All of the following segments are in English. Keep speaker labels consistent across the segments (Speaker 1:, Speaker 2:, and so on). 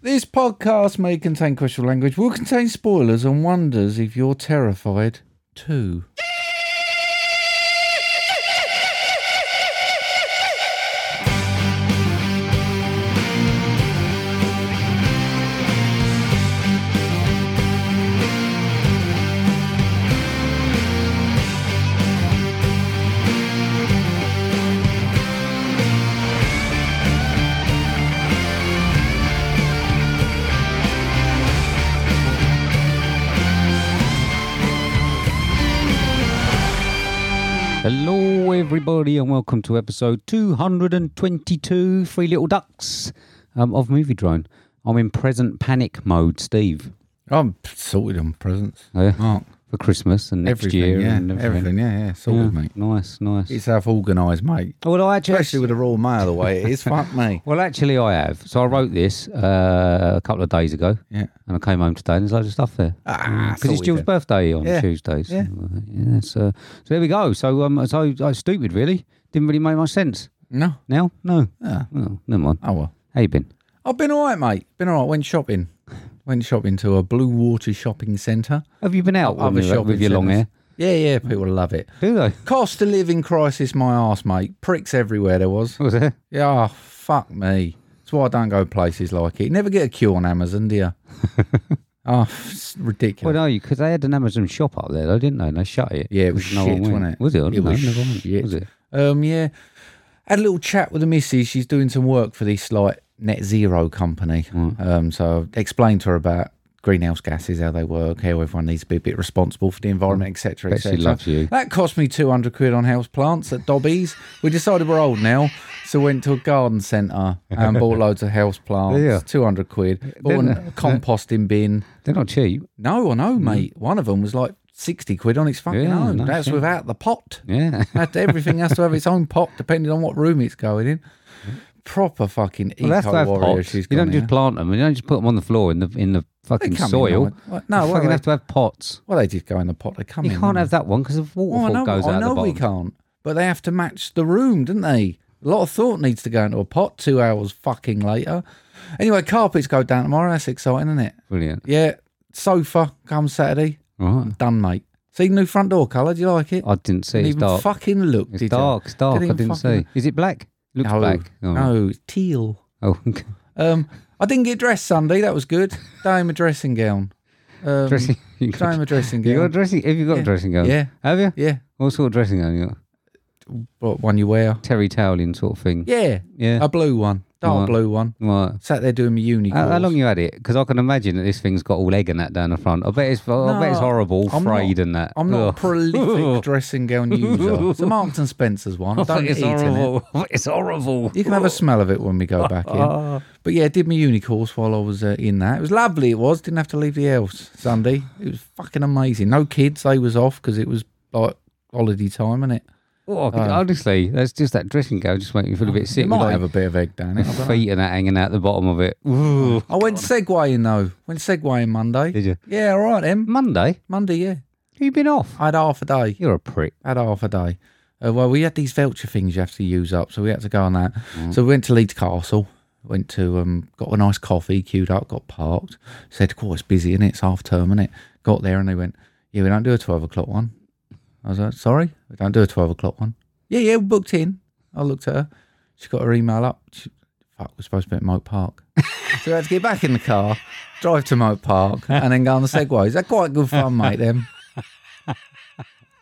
Speaker 1: This podcast may contain questionable language, will contain spoilers and wonders if you're terrified too.
Speaker 2: Hello, everybody, and welcome to episode 222 Free Little Ducks um, of Movie Drone. I'm in present panic mode, Steve,
Speaker 1: I'm sorted on presents.
Speaker 2: Oh, yeah.
Speaker 1: Mark,
Speaker 2: for Christmas and next
Speaker 1: everything,
Speaker 2: year
Speaker 1: yeah,
Speaker 2: and everything.
Speaker 1: yeah, yeah, sorted,
Speaker 2: Yeah,
Speaker 1: mate.
Speaker 2: Nice, nice.
Speaker 1: It's half organised, mate.
Speaker 2: well, I actually,
Speaker 1: Especially with the Royal Mail the way it is, fuck me.
Speaker 2: well, actually, I have. So I wrote this uh, a couple of days ago,
Speaker 1: Yeah.
Speaker 2: and I came home today, and there's loads of stuff there.
Speaker 1: Ah,
Speaker 2: because Mm, it's
Speaker 1: sorted
Speaker 2: Jill's
Speaker 1: then.
Speaker 2: birthday on
Speaker 1: Yeah,
Speaker 2: Tuesdays. uh,
Speaker 1: yeah.
Speaker 2: yeah so, so there we go. So, um, so I was stupid, really. Didn't really make much sense.
Speaker 1: No.
Speaker 2: Now, no.
Speaker 1: Yeah.
Speaker 2: Oh, never mind.
Speaker 1: Oh, well.
Speaker 2: How you been?
Speaker 1: I've been all right, mate. Been all right. Went shopping. Went shopping to a Blue Water shopping centre.
Speaker 2: Have you been out
Speaker 1: Other
Speaker 2: Oh, with, your-
Speaker 1: shopping
Speaker 2: with your long hair?
Speaker 1: centres. Yeah, yeah, people love it.
Speaker 2: Do they?
Speaker 1: Cost of living crisis, my ass, mate. Pricks everywhere there was.
Speaker 2: Was there?
Speaker 1: Yeah, oh, fuck me. That's why I don't go places like it. You never get a queue on Amazon, do you? oh, it's
Speaker 2: Well,
Speaker 1: ridiculous.
Speaker 2: no, because they had an Amazon shop up there, though, didn't they? And they shut it.
Speaker 1: Yeah, it was
Speaker 2: 'cause no one
Speaker 1: shit,
Speaker 2: went.
Speaker 1: wasn't it?
Speaker 2: Was it? I
Speaker 1: It
Speaker 2: didn't know,
Speaker 1: was
Speaker 2: never went.
Speaker 1: shit.
Speaker 2: Was it?
Speaker 1: um, yeah. Had a little chat with the missus. She's doing some work for this, like, net zero company. Um, so I explained to her about greenhouse gases, how they work, how everyone needs to be a bit responsible for the environment, etc.,
Speaker 2: Bet she
Speaker 1: etc.
Speaker 2: loves you.
Speaker 1: That cost me 200 quid on house plants at Dobby's. we decided we're old now, so went to a garden centre and bought loads of house plants.
Speaker 2: Yeah.
Speaker 1: 200 quid. Bought
Speaker 2: Then-
Speaker 1: a composting bin.
Speaker 2: They're not cheap.
Speaker 1: No, I know, mate. One of them was like 60 quid on its fucking
Speaker 2: Mm. Yeah,
Speaker 1: own.
Speaker 2: nice,
Speaker 1: That's
Speaker 2: yeah.
Speaker 1: without the pot.
Speaker 2: Yeah.
Speaker 1: Had to- everything has to have its own pot, depending on what room it's going in. Proper fucking
Speaker 2: Well, that's
Speaker 1: eco
Speaker 2: have
Speaker 1: warrior.
Speaker 2: pots. You
Speaker 1: She's
Speaker 2: don't
Speaker 1: gone
Speaker 2: just
Speaker 1: here.
Speaker 2: plant them. You don't just put them on the floor in the in the fucking
Speaker 1: come in
Speaker 2: soil.
Speaker 1: like- what- no,
Speaker 2: you
Speaker 1: well,
Speaker 2: fucking
Speaker 1: they-
Speaker 2: have to have pots.
Speaker 1: Well, they just go in the pot. They come
Speaker 2: You
Speaker 1: in.
Speaker 2: can't
Speaker 1: don't
Speaker 2: have that one because the
Speaker 1: Well, I
Speaker 2: waterfall
Speaker 1: know,
Speaker 2: goes
Speaker 1: I
Speaker 2: out
Speaker 1: know
Speaker 2: the
Speaker 1: we
Speaker 2: bottom.
Speaker 1: can't, but they have to match the room, don't they? A lot of thought needs to go into a pot two hours fucking later. Anyway, carpets go down tomorrow. That's exciting, isn't it?
Speaker 2: Brilliant.
Speaker 1: Yeah, sofa comes Saturday.
Speaker 2: Right.
Speaker 1: Done, mate. See the new front door colour? Do you like it?
Speaker 2: I didn't see.
Speaker 1: didn't
Speaker 2: It's
Speaker 1: even
Speaker 2: dark.
Speaker 1: fucking look.
Speaker 2: It's
Speaker 1: did ya?
Speaker 2: dark. It's dark. I
Speaker 1: even
Speaker 2: didn't
Speaker 1: fucking-
Speaker 2: see. Is it black? Looks
Speaker 1: No,
Speaker 2: black. Oh, right.
Speaker 1: no, teal.
Speaker 2: Oh,
Speaker 1: Um, I didn't get dressed Sunday. That was good. Day in my dressing gown. Um,
Speaker 2: dressing. You
Speaker 1: Day in
Speaker 2: got,
Speaker 1: my dressing
Speaker 2: you got a
Speaker 1: gown.
Speaker 2: dressing? Have you got
Speaker 1: Yeah.
Speaker 2: a dressing gown?
Speaker 1: Yeah.
Speaker 2: Have you?
Speaker 1: Yeah,
Speaker 2: What sort of dressing gown you got?
Speaker 1: what one you wear?
Speaker 2: Terry toweling sort of thing.
Speaker 1: Yeah, Um,
Speaker 2: Yeah.
Speaker 1: a blue one, dark
Speaker 2: Right.
Speaker 1: blue one.
Speaker 2: Right.
Speaker 1: Sat there doing my uni.
Speaker 2: How, how
Speaker 1: course.
Speaker 2: long you had it? Because I can imagine that this thing's got all egg and that down the front. I bet it's, I bet it's
Speaker 1: No,
Speaker 2: horrible,
Speaker 1: I'm
Speaker 2: frayed
Speaker 1: not-
Speaker 2: and that.
Speaker 1: I'm not a
Speaker 2: Ugh.
Speaker 1: prolific dressing gown user. It's a Marks and Spencer's one. I
Speaker 2: I bet
Speaker 1: don't eat
Speaker 2: it's
Speaker 1: in it.
Speaker 2: horrible. It's horrible.
Speaker 1: You can have a smell of it when we go back in.
Speaker 2: Ah.
Speaker 1: But yeah, did my uni course while I was uh, in that. It was lovely. It was. Didn't have to leave the house Sunday. It was fucking amazing. No kids. They was off because it was like holiday time, and it.
Speaker 2: Oh, I could- honestly, that's just that dressing gown just makes me feel a bit sick.
Speaker 1: It might
Speaker 2: with, like,
Speaker 1: have a bit of egg down it. Oh, I, don't know.
Speaker 2: feet and that hanging out the bottom of it. Ooh.
Speaker 1: I went segwaying though. Went segwaying Monday.
Speaker 2: Did you?
Speaker 1: Yeah, all right, Em.
Speaker 2: Monday?
Speaker 1: Monday, yeah.
Speaker 2: You've been off.
Speaker 1: I had half a day.
Speaker 2: You're a prick.
Speaker 1: had half a day. Uh, well, we had these voucher things you have to use up, so we had to go on that. So we went to Leeds Castle, went to um, got a nice coffee, queued up, got parked. Said, "Oh, it's busy, and it's half term, and it." Got there, and they went, "Yeah, we don't do a twelve o'clock one." I was like, "Sorry, we don't do a twelve o'clock one." Yeah, yeah, we booked in. I looked at her. She got her email up. She, Fuck, we're supposed to be at Moat Park. so we had to get back in the car, drive to Moat Park, and then go on the Segways. They're quite good fun, mate, them.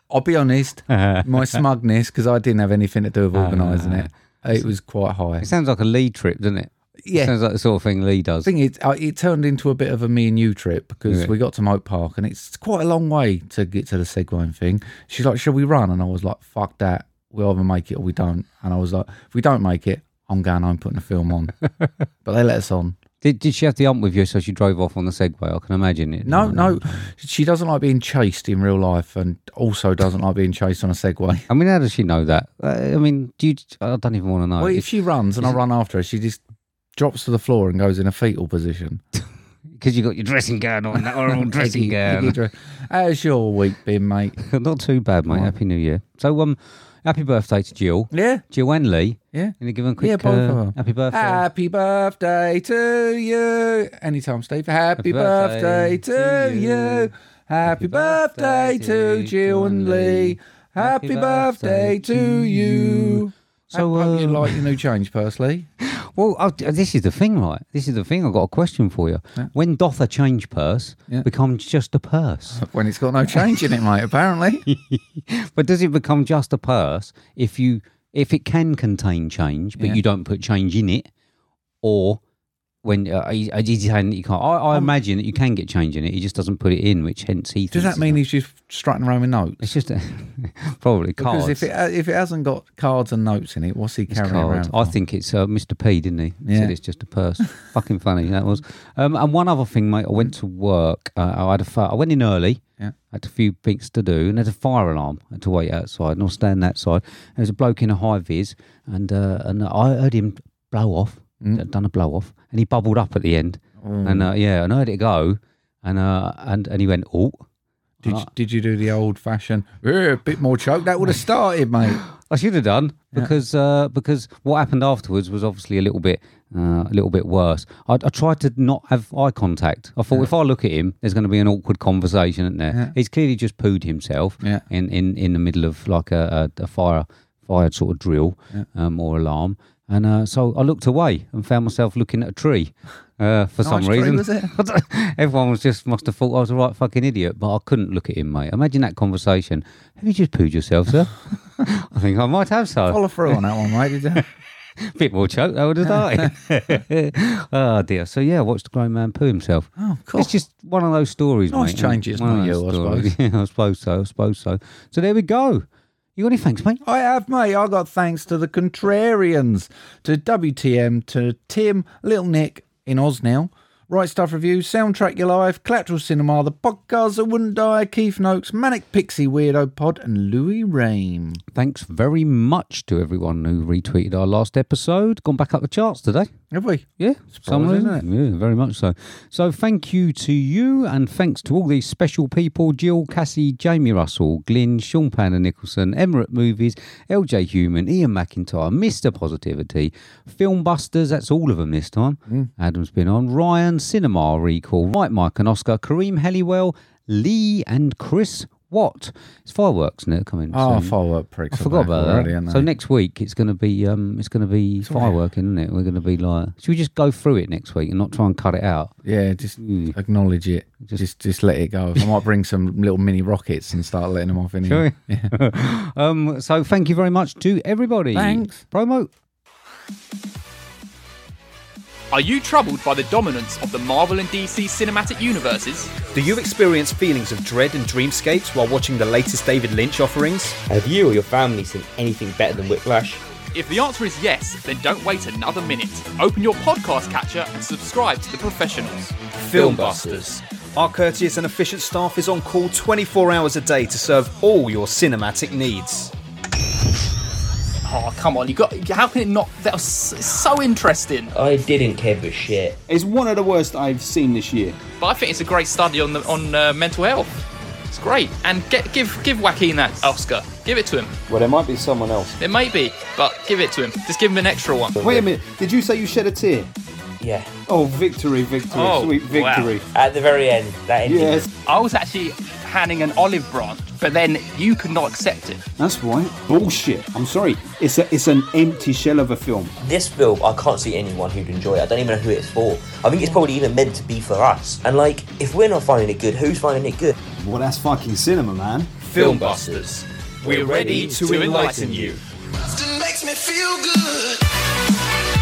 Speaker 1: I'll be honest, my smugness, because I didn't have anything to do with organising it, it was quite high.
Speaker 2: It sounds like a Lee trip, doesn't it?
Speaker 1: Yeah.
Speaker 2: Sounds like the sort of thing Lee does.
Speaker 1: I think it, uh, it turned into a bit of a me and you trip because
Speaker 2: Yeah.
Speaker 1: we got to Moat Park and it's quite a long way to get to the Segwaying thing. She's like, Shall we run? And I was like, Fuck that. We either make it or we don't. And I was like, If we don't make it, I'm going home putting a film on. but they let us on.
Speaker 2: Did, did she have the ump with you so she drove off on the Segway? I can imagine it.
Speaker 1: No, no. She doesn't like being chased in real life and also doesn't like being chased on a Segway.
Speaker 2: I mean, how does she know that? Uh, I mean, do you, I don't even want to know.
Speaker 1: Well, if
Speaker 2: Because
Speaker 1: she runs and I run after her, she just drops to the floor and goes in a fetal position.
Speaker 2: you got your dressing gown on, that horrible dressing gown.
Speaker 1: How's your week been, mate?
Speaker 2: Not too bad, mate. Happy New Year. So, um, Happy birthday to Jill.
Speaker 1: Yeah,
Speaker 2: Jill and Lee.
Speaker 1: yeah.
Speaker 2: Going to give them a quick
Speaker 1: Yeah, both
Speaker 2: uh,
Speaker 1: of 'em.
Speaker 2: happy birthday.
Speaker 1: Happy birthday to you. Anytime, Steve. Happy,
Speaker 2: Happy birthday
Speaker 1: birthday, to
Speaker 2: to
Speaker 1: you.
Speaker 2: you.
Speaker 1: Happy birthday to Jill and Lee. Happy birthday to you.
Speaker 2: So,
Speaker 1: So, uh, I hope you
Speaker 2: um,
Speaker 1: like your new change, Persley.
Speaker 2: Well, I, this is the thing, right? This is the thing. I've got a question for you.
Speaker 1: Yeah.
Speaker 2: When doth a change purse
Speaker 1: Yeah.
Speaker 2: become just a purse?
Speaker 1: When it's got no change in it, mate, apparently.
Speaker 2: but does it become just a purse if you if it can contain change, but
Speaker 1: Yeah.
Speaker 2: you don't put change in it, or when uh, I, I did saying that you can't. I, I imagine that you can get change in it. He just doesn't put it in, which hence
Speaker 1: Um,
Speaker 2: he.
Speaker 1: Does
Speaker 2: thinks
Speaker 1: that
Speaker 2: it's
Speaker 1: mean
Speaker 2: not-
Speaker 1: he's just strutting around with notes?
Speaker 2: it's just a, probably cards?
Speaker 1: Because if it, uh, if it hasn't got cards and notes in it, what's he
Speaker 2: It's
Speaker 1: carrying
Speaker 2: cards.
Speaker 1: around?
Speaker 2: I
Speaker 1: for?
Speaker 2: think it's uh, Mr. P, didn't he? He
Speaker 1: Yeah.
Speaker 2: Said it's just a purse. Fucking funny that was. Um, and one other thing, mate. I went to work. Uh, I had a fire. I went in early.
Speaker 1: Yeah.
Speaker 2: Had a few things to do, and there's a fire alarm. I had to wait outside, and I was standing outside. And there's a bloke in a high vis, and uh, and I heard him blow off.
Speaker 1: Mm.
Speaker 2: Had Done a blow off, and he bubbled up at the end.
Speaker 1: Oh.
Speaker 2: And uh, yeah, and I heard it go, and uh, and and he went, oh.
Speaker 1: Did you, did you do the old fashioned, "Eh, a bit more choke? That would have started, mate.
Speaker 2: I should have done because uh, because what happened afterwards was obviously a little bit uh, a little bit worse. I, I tried to not have eye contact. I thought if I look at him, there's going to be an awkward conversation, isn't there?
Speaker 1: Yeah.
Speaker 2: He's clearly just pooed himself
Speaker 1: Yeah.
Speaker 2: in, in, in the middle of like a, a, a fire fire sort of drill um, or alarm. And uh, so I looked away and found myself looking at a tree uh, for some
Speaker 1: Nice tree,
Speaker 2: reason.
Speaker 1: was it?
Speaker 2: I don't- Everyone was just must have thought I was a right fucking idiot, but I couldn't look at him, mate. Imagine that conversation. Have you just pooed yourself, sir? I think I might have so.
Speaker 1: Follow through on that one, mate. Did you?
Speaker 2: A bit more choke, I would have died. oh dear. So yeah, watch the grown man poo himself.
Speaker 1: Oh, cool.
Speaker 2: It's just one of those stories.
Speaker 1: Nice
Speaker 2: mate.
Speaker 1: changes,
Speaker 2: One
Speaker 1: not
Speaker 2: of those
Speaker 1: you, I
Speaker 2: stories. Yeah, I suppose so. I suppose so. So there we go. You got any thanks, mate?
Speaker 1: I have, mate. I got thanks to the Contrarians, to WTM, to Tim, Little Nick in Oz now. Right Stuff Review, Soundtrack Your Life, Collateral Cinema, The Podcast That Wouldn't Die, Keith Noakes, Manic Pixie Weirdo Pod, and Louis Rame.
Speaker 2: Thanks very much to everyone who retweeted our last episode. Gone back up the charts today.
Speaker 1: Have we?
Speaker 2: Yeah, for some
Speaker 1: Surprising,
Speaker 2: reason. Yeah, very much so. So thank you to you, and thanks to all these special people: Jill, Cassie, Jamie Russell, Glyn, Sean Panner Nicholson, Emirate Movies, LJ Human, Ian McIntyre, Mister Positivity, Filmbusters. That's all of them this time. Adam's been on. Ryan, Cinema Recall, Right Mike and Oscar, Kareem Helliwell, Lee, and Chris. Watt. It's fireworks now coming.
Speaker 1: Oh,
Speaker 2: soon.
Speaker 1: follow-up pricks.
Speaker 2: I
Speaker 1: are
Speaker 2: forgot
Speaker 1: back
Speaker 2: about
Speaker 1: already,
Speaker 2: that.
Speaker 1: aren't
Speaker 2: So
Speaker 1: they?
Speaker 2: next week it's going to be um it's going to be
Speaker 1: all
Speaker 2: fireworking, isn't it? We're going to be like, should we just go through it next week and not try and cut it out?
Speaker 1: Yeah, just
Speaker 2: Hmm.
Speaker 1: acknowledge it. Just, just let it go. I might bring some little mini rockets and start letting them off anyway.
Speaker 2: um, so thank you very much to everybody.
Speaker 1: Thanks.
Speaker 2: Promo.
Speaker 3: Are you troubled by the dominance of the Marvel and DC cinematic universes?
Speaker 4: Do you experience feelings of dread and dreamscapes while watching the latest David Lynch offerings?
Speaker 5: Have you or your family seen anything better than Whiplash?
Speaker 3: If the answer is yes, then don't wait another minute. Open your podcast catcher and subscribe to The Professionals.
Speaker 4: Filmbusters. Our courteous and efficient staff is on call 24 hours a day to serve all your cinematic needs.
Speaker 3: Oh, come on, you got. How can it not? That was s- so interesting.
Speaker 5: I didn't give a shit.
Speaker 6: It's one of the worst I've seen this year.
Speaker 3: But I think it's a great study on the, on uh, mental health. It's great. And get, give give Joaquin that Oscar. Give it to him.
Speaker 6: Well, there might be someone else.
Speaker 3: It may be, but give it to him. Just give him an extra one.
Speaker 6: Wait a minute. Did you say you shed a tear?
Speaker 5: Yeah.
Speaker 6: Oh, victory, victory,
Speaker 3: Oh,
Speaker 6: sweet
Speaker 3: wow.
Speaker 6: victory.
Speaker 5: At the very end, that ending.
Speaker 6: Yes,
Speaker 3: I was actually handing an olive branch, but then you could not accept it.
Speaker 6: that's right. Bullshit. I'm sorry. It's a, it's an empty shell of a film.
Speaker 5: This film, I can't see anyone who'd enjoy it. I don't even know who it's for. I think it's probably even meant to be for us. And like, if we're not finding it good, who's finding it good?
Speaker 6: Well, that's fucking cinema, man.
Speaker 5: Filmbusters. We're ready to enlighten you.
Speaker 7: It makes me feel good.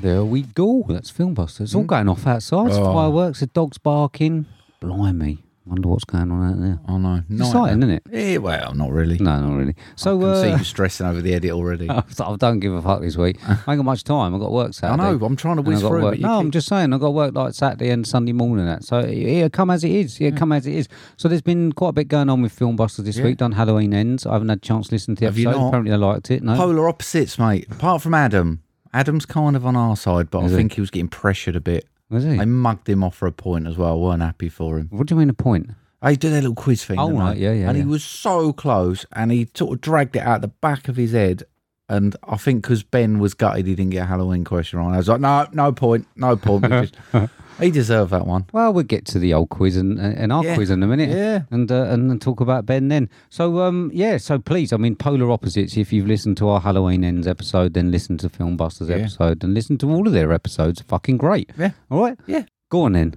Speaker 2: There we go. That's Filmbuster. It's all going off outside. It's
Speaker 1: Hmm? Oh.
Speaker 2: Fireworks. The dogs barking. Blimey. Wonder what's going on out there.
Speaker 1: Oh no,
Speaker 2: It's exciting, isn't it?
Speaker 1: Yeah, well, not really.
Speaker 2: No, not really. So
Speaker 1: I can see
Speaker 2: uh,
Speaker 1: you stressing over the edit already.
Speaker 2: I don't give a fuck this week. I ain't got much time. I've got work Saturday.
Speaker 1: know, I'm trying to
Speaker 2: And I've
Speaker 1: whiz
Speaker 2: got
Speaker 1: through,
Speaker 2: work-
Speaker 1: but you
Speaker 2: no, I'm
Speaker 1: keep-
Speaker 2: just saying. I've got work like Saturday and Sunday morning. and That so it'll come as it is. It'll come as it is. So there's been quite a bit going on with Filmbusters this
Speaker 1: Yeah.
Speaker 2: week. Done Halloween ends. I haven't had a chance to listen to the
Speaker 1: Have you
Speaker 2: episode.
Speaker 1: not?
Speaker 2: Apparently I liked it. No.
Speaker 1: Polar opposites, mate. Apart from Adam, Adam's kind of on our side, but
Speaker 2: Is
Speaker 1: I
Speaker 2: he?
Speaker 1: think he was getting pressured a bit.
Speaker 2: Was it?
Speaker 1: They mugged him off for a point as well. weren't happy for him.
Speaker 2: What do you mean a point?
Speaker 1: They do their little quiz thing.
Speaker 2: Oh,
Speaker 1: don't
Speaker 2: right,
Speaker 1: they?
Speaker 2: yeah, yeah,
Speaker 1: And
Speaker 2: yeah.
Speaker 1: he was so close, and he sort of dragged it out the back of his head. And I think because Ben was gutted, he didn't get a Halloween question on. I was like, no, no point, no point. We just- he deserved that one.
Speaker 2: Well, we'll get to the old quiz and, and our
Speaker 1: Yeah.
Speaker 2: quiz in a minute,
Speaker 1: Yeah.
Speaker 2: and uh, and then talk about Ben then. So um, yeah, so please, I mean, polar opposites. If you've listened to our Halloween ends episode, then listen to Filmbusters episode and listen to all of their episodes. Fucking great.
Speaker 1: Yeah.
Speaker 2: All right.
Speaker 1: Yeah.
Speaker 2: Go on then.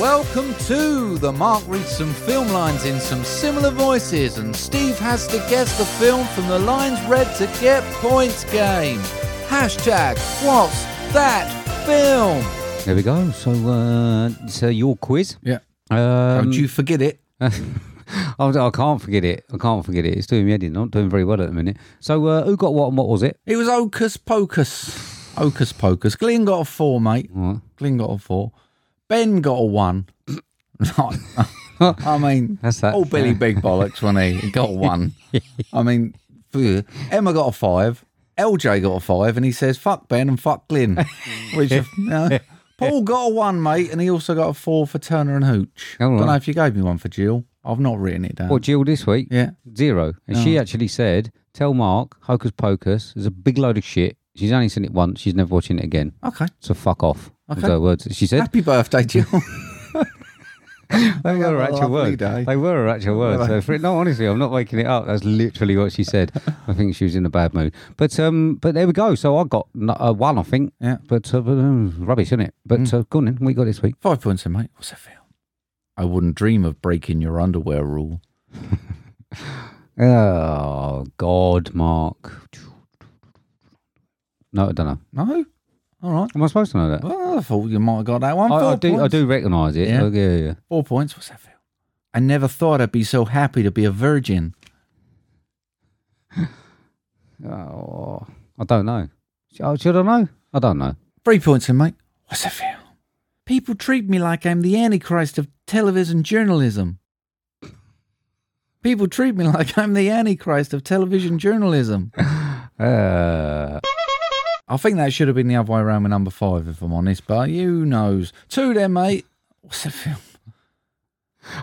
Speaker 8: Welcome to the Mark reads some film lines in some similar voices, and Steve has to guess the film from the lines read to get points game. Hashtag what's that film?
Speaker 2: There we go. So uh, so your quiz.
Speaker 1: Yeah.
Speaker 2: Um,
Speaker 1: Don't you forget it.
Speaker 2: I, was- I can't forget it. I can't forget it. It's doing me heading. Not doing very well at the minute. So uh, who got what and what was it?
Speaker 1: It was Ocus Pocus. Ocus Pocus. Glenn got a four, mate. Glenn got a four. Ben got a one. I mean,
Speaker 2: That's that.
Speaker 1: Oh, Billy Big Bollocks when he, he got a one. I mean, phew. Emma got a five. LJ got a five, and he says, fuck Ben and fuck Glenn. Which, you know, Paul got a one, mate, and he also got a four for Turner and Hooch.
Speaker 2: All
Speaker 1: Don't know
Speaker 2: right.
Speaker 1: if you gave me one for Jill. I've not written it down.
Speaker 2: What Jill this week?
Speaker 1: yeah. Oh.
Speaker 2: Zero. And she actually said, Tell Mark, Hocus Pocus is a big load of shit. She's only seen it once. She's never watching it again.
Speaker 1: Okay.
Speaker 2: So fuck off.
Speaker 1: Okay.
Speaker 2: Was her words. She said,
Speaker 1: Happy birthday, Jill.
Speaker 2: They were her
Speaker 1: a
Speaker 2: actual
Speaker 1: lovely
Speaker 2: words.
Speaker 1: day.
Speaker 2: They were her actual words. So for it, no, honestly, I'm not making it up. That's literally what she said. I think she was in a bad mood. But um, but there we go. So I got n- uh, one, I think.
Speaker 1: Yeah. Mm.
Speaker 2: But uh, but, um, rubbish, isn't it? But uh, go on then. What you got this week?
Speaker 1: Five points in, mate. What's that film? I wouldn't dream of breaking your underwear rule.
Speaker 2: Oh God, Mark. No, I don't know.
Speaker 1: No? All right.
Speaker 2: Am I supposed to know that?
Speaker 1: Well, I thought you might have got that one.
Speaker 2: I, I
Speaker 1: Four
Speaker 2: do. I
Speaker 1: points.
Speaker 2: do recognise it.
Speaker 1: Yeah.
Speaker 2: Oh, yeah, yeah.
Speaker 1: Four points. What's that film? I never thought I'd be so happy to be a virgin.
Speaker 2: Oh, I don't know. Sh- Oh, should I know? I don't know.
Speaker 1: Three points in, mate. What's that film? People treat me like I'm the Antichrist of television journalism. People treat me like I'm the Antichrist of television journalism.
Speaker 2: Uh,
Speaker 1: I think that should have been the other way around with number five, if I'm honest, but you knows. Two then, mate. What's that film?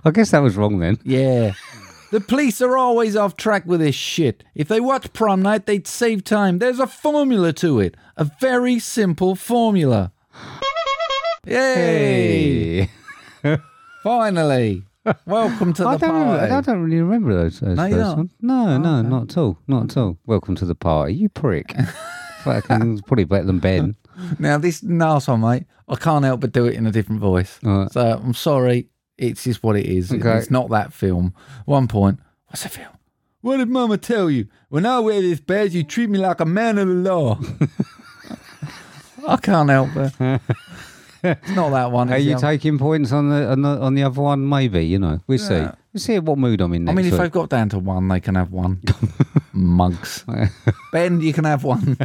Speaker 2: I guess that was wrong then.
Speaker 1: Yeah. The police are always off track with this shit. If they watch prom night, they'd save time. There's a formula to it. A very simple formula. Yay!
Speaker 2: Hey.
Speaker 1: Finally. Welcome to the
Speaker 2: I don't.
Speaker 1: party.
Speaker 2: Remember, I don't really remember those. those
Speaker 1: No, Oh, you
Speaker 2: first
Speaker 1: don't?
Speaker 2: ones. No, no, not at all. Not at all. Welcome to the party, you prick. Fucking probably better than Ben.
Speaker 1: Now, this last one, mate, I can't help but do it in a different voice.
Speaker 2: Alright.
Speaker 1: So I'm sorry. It's just what it is.
Speaker 2: Okay.
Speaker 1: It's not that film. One point. What's the film? What did Mama tell you? When I wear this badge, you treat me like a man of the law. I can't help it. it's not that one.
Speaker 2: Are
Speaker 1: it's
Speaker 2: you
Speaker 1: the other-
Speaker 2: taking points on the on the, on the other one? Maybe you know. We'll see. We'll see what mood I'm in
Speaker 1: I
Speaker 2: next
Speaker 1: mean, if
Speaker 2: week.
Speaker 1: I've got down to one, they can have one. Mugs. ben, you can have one.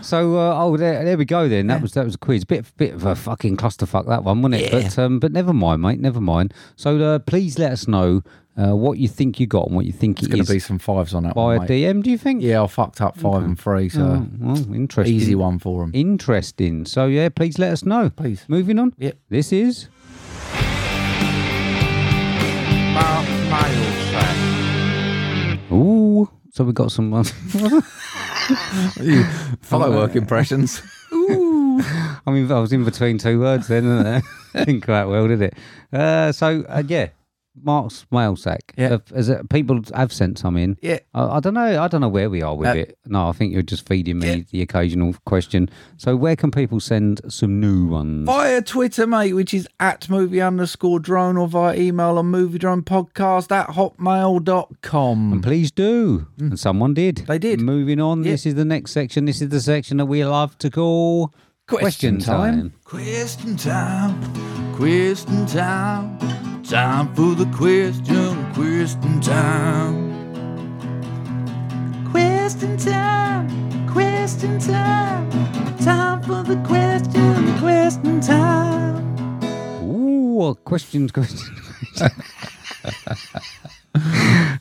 Speaker 2: So uh, oh, there, there we go. Then that was that was a quiz. Bit bit of a fucking clusterfuck that one, wasn't it? But um, but never mind, mate. Never mind. So uh, please let us know uh, what you think you got and what you think
Speaker 1: It's
Speaker 2: it's
Speaker 1: going to be some fives on that one.
Speaker 2: by a
Speaker 1: mate.
Speaker 2: DM. Do you think?
Speaker 1: Yeah, I fucked up five and three, so
Speaker 2: Oh, well, interesting.
Speaker 1: easy one for them.
Speaker 2: Interesting. So yeah, please let us know.
Speaker 1: Mm. Please.
Speaker 2: Moving on.
Speaker 1: Yep.
Speaker 2: This is ooh. So we got some.
Speaker 1: Firework impressions.
Speaker 2: I mean, I was in between two words then, and I didn't go out well, did it? Uh, so, uh, yeah, Mark's mail sack.
Speaker 1: Yeah.
Speaker 2: Uh, Is it, people have sent some in.
Speaker 1: Yeah.
Speaker 2: I, I don't know. I don't know where we are with
Speaker 1: Uh,
Speaker 2: it. No, I think you're just feeding me the occasional question. So, where can people send some new ones?
Speaker 1: via Twitter, mate, which is at movie underscore drone, or via email on movie drone podcast at hotmail.com.
Speaker 2: Please do. And someone did.
Speaker 1: Mm. They did.
Speaker 2: Moving on.
Speaker 1: Yeah.
Speaker 2: This is the next section. This is the section that we love to call
Speaker 1: Question time.
Speaker 8: Question time, question time, time for the question, question time. Question time, question time, time for the question, question time.
Speaker 2: Ooh, questions, questions.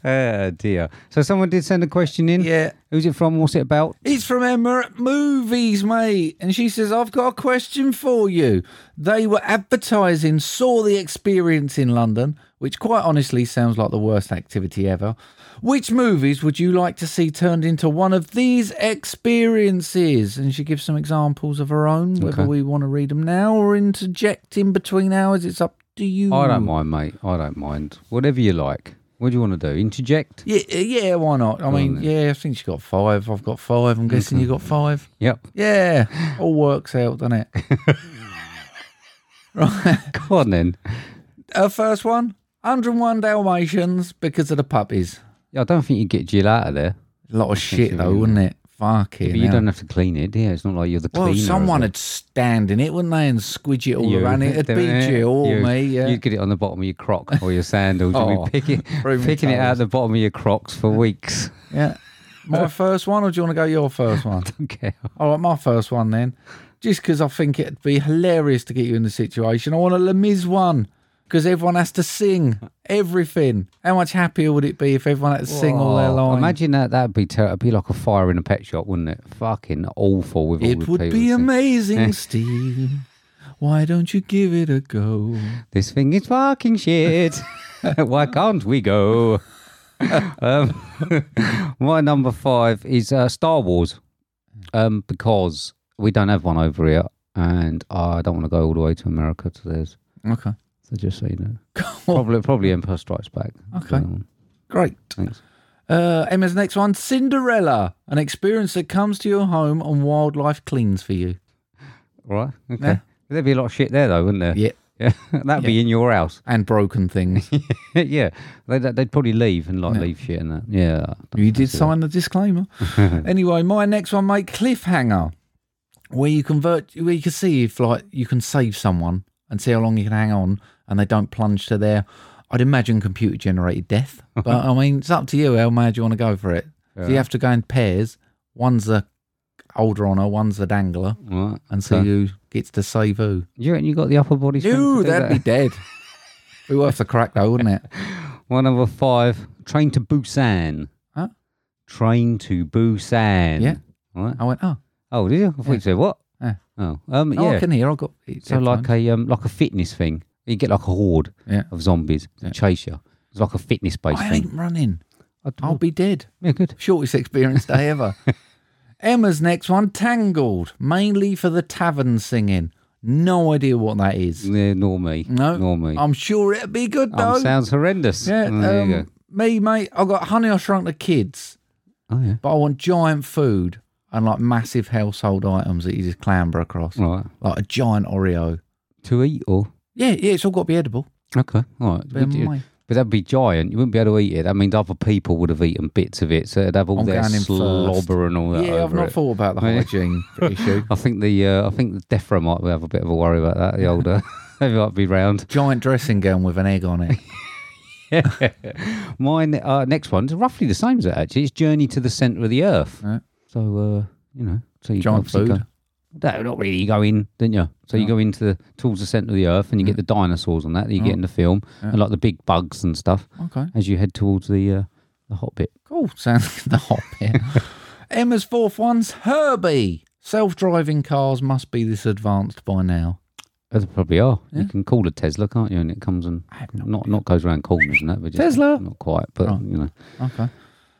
Speaker 2: Ah, dear. So someone did send a question in.
Speaker 1: Yeah.
Speaker 2: Who's it from? What's it about?
Speaker 1: It's from Emirate Movies, mate. And she says, I've got a question for you. They were advertising Saw the Experience in London, which quite honestly sounds like the worst activity ever. Which movies would you like to see turned into one of these experiences? And she gives some examples of her own, whether
Speaker 2: Okay.
Speaker 1: we want to read them now or interject in between hours. It's up to you.
Speaker 2: I don't mind, mate. I don't mind. Whatever you like. What do you want to do? Interject?
Speaker 1: Yeah, yeah, why not? I mean,
Speaker 2: then.
Speaker 1: yeah, I think she's got five. I've got five. I'm guessing you got five.
Speaker 2: Yep.
Speaker 1: Yeah, all works out, doesn't it?
Speaker 2: Go on then.
Speaker 1: Her first one 101 Dalmatians because of the puppies.
Speaker 2: Yeah, I don't think you get Jill out of there.
Speaker 1: A lot of shit, though, wouldn't it? Fucking.
Speaker 2: But you
Speaker 1: hell.
Speaker 2: don't have to clean it, do you? It's not like you're the cleaner.
Speaker 1: well,
Speaker 2: is
Speaker 1: someone
Speaker 2: it?
Speaker 1: would stand in it, wouldn't they, and squidge it all
Speaker 2: You,
Speaker 1: around it. It'd be
Speaker 2: don't
Speaker 1: Jill or
Speaker 2: You-
Speaker 1: me. Yeah.
Speaker 2: You'd get it on the bottom of your croc or your sandals. You'd
Speaker 1: Oh,
Speaker 2: be picking,
Speaker 1: through my
Speaker 2: picking it out
Speaker 1: toes.
Speaker 2: the bottom of your crocs for weeks.
Speaker 1: yeah. My first one, or do you want to go your first one?
Speaker 2: okay.
Speaker 1: All right, my first one then. Just because I think it'd be hilarious to get you in the situation. I want a Lemiz one because everyone has to sing everything. How much happier would it be if everyone had to sing all their
Speaker 2: Oh,
Speaker 1: lines?
Speaker 2: Imagine that. That'd be terrible. It'd be like a fire in a pet shop, wouldn't it? Fucking awful with all
Speaker 1: It
Speaker 2: the
Speaker 1: would be
Speaker 2: people singing.
Speaker 1: amazing, Steve. Why don't you give it a go?
Speaker 2: This thing is fucking shit. Why can't we go? um, my number five is uh, Star Wars um, because we don't have one over here and I don't want to go all the way to America to theirs.
Speaker 1: Okay.
Speaker 2: So just so you know. Probably, probably Empire Strikes Back.
Speaker 1: Okay.
Speaker 2: Um,
Speaker 1: Great.
Speaker 2: Thanks.
Speaker 1: Uh, Emma's next one Cinderella, an experience that comes to your home and wildlife cleans for you.
Speaker 2: All right. Okay.
Speaker 1: Yeah.
Speaker 2: There'd be a lot of shit there though, wouldn't there?
Speaker 1: Yeah.
Speaker 2: Yeah. That'd be in your house.
Speaker 1: And broken things.
Speaker 2: yeah. They'd, they'd probably leave and like leave shit and that. Yeah.
Speaker 1: You did sign the disclaimer. anyway, my next one, mate, cliffhanger, where you convert, where you can see if like you can save someone and see how long you can hang on, and they don't plunge to their, I'd imagine computer generated death. But I mean, it's up to you how mad you want to go for it. So you have to go in pairs. One's the older honor, one's the dangler,
Speaker 2: All right.
Speaker 1: and see
Speaker 2: Okay.
Speaker 1: who gets to save who.
Speaker 2: You reckon you got the upper body strength? to
Speaker 1: No,
Speaker 2: do
Speaker 1: that'd be
Speaker 2: that?
Speaker 1: dead. Be worth the crack though, wouldn't it?
Speaker 2: One number five, train to Busan.
Speaker 1: Huh?
Speaker 2: Train to Busan.
Speaker 1: Yeah.
Speaker 2: All right.
Speaker 1: I went, oh,
Speaker 2: Oh, did you? I thought you said what?
Speaker 1: Yeah.
Speaker 2: Oh. Um.
Speaker 1: oh, I
Speaker 2: yeah.
Speaker 1: can hear. I got
Speaker 2: So like a um like a fitness thing. You get like a horde
Speaker 1: Yeah.
Speaker 2: of zombies
Speaker 1: Yeah.
Speaker 2: to chase you. It's like a fitness based
Speaker 1: I
Speaker 2: thing.
Speaker 1: ain't running.
Speaker 2: I'd-
Speaker 1: I'll be dead.
Speaker 2: yeah, good.
Speaker 1: Shortest experience day ever. Emma's next one, Tangled, mainly for the tavern singing. No idea what that is.
Speaker 2: Yeah, nor me.
Speaker 1: No,
Speaker 2: Nor me.
Speaker 1: I'm sure it'll be good
Speaker 2: Um,
Speaker 1: though.
Speaker 2: sounds horrendous.
Speaker 1: yeah,
Speaker 2: Oh, there you
Speaker 1: um,
Speaker 2: go.
Speaker 1: me mate, I got Honey I Shrunk the Kids,
Speaker 2: Oh yeah.
Speaker 1: but I want giant food and like massive household items that you just clamber across,
Speaker 2: Right.
Speaker 1: like a giant Oreo.
Speaker 2: To eat or
Speaker 1: Yeah, yeah, it's all got to be edible.
Speaker 2: okay. All right.
Speaker 1: Bear in
Speaker 2: Would you-
Speaker 1: mind.
Speaker 2: But that'd be giant. You wouldn't be able to eat it. That means other people would have eaten bits of it, so it'd have all
Speaker 1: I'm
Speaker 2: their
Speaker 1: going in
Speaker 2: slobber
Speaker 1: first.
Speaker 2: and all that.
Speaker 1: Yeah, I've
Speaker 2: over
Speaker 1: not
Speaker 2: it.
Speaker 1: thought about the
Speaker 2: Yeah.
Speaker 1: hygiene issue.
Speaker 2: I think the uh, I think the Defra might have a bit of a worry about that. The older they might be round.
Speaker 1: Giant dressing gown with an egg on it.
Speaker 2: Mine uh, next one's roughly the same as that. Actually, it's Journey to the Centre of the Earth.
Speaker 1: Right.
Speaker 2: So uh, you know, so you
Speaker 1: Giant food.
Speaker 2: obviously Go, no, not really. You go in, didn't you? So you go into the towards the centre of the Earth, and you get the dinosaurs on that. that you get in the film, and like the big bugs and stuff.
Speaker 1: Oh. Okay.
Speaker 2: As you head towards the uh, the hot bit.
Speaker 1: Cool. Sounds like the hot bit. Emma's fourth one's Herbie. Self driving cars must be this advanced by now.
Speaker 2: Oh, They probably are. You can call a Tesla, can't you? And it comes and not not goes around corners and that. But just
Speaker 1: Tesla? Oh.
Speaker 2: not quite, but
Speaker 1: Right.
Speaker 2: you know.
Speaker 1: Okay.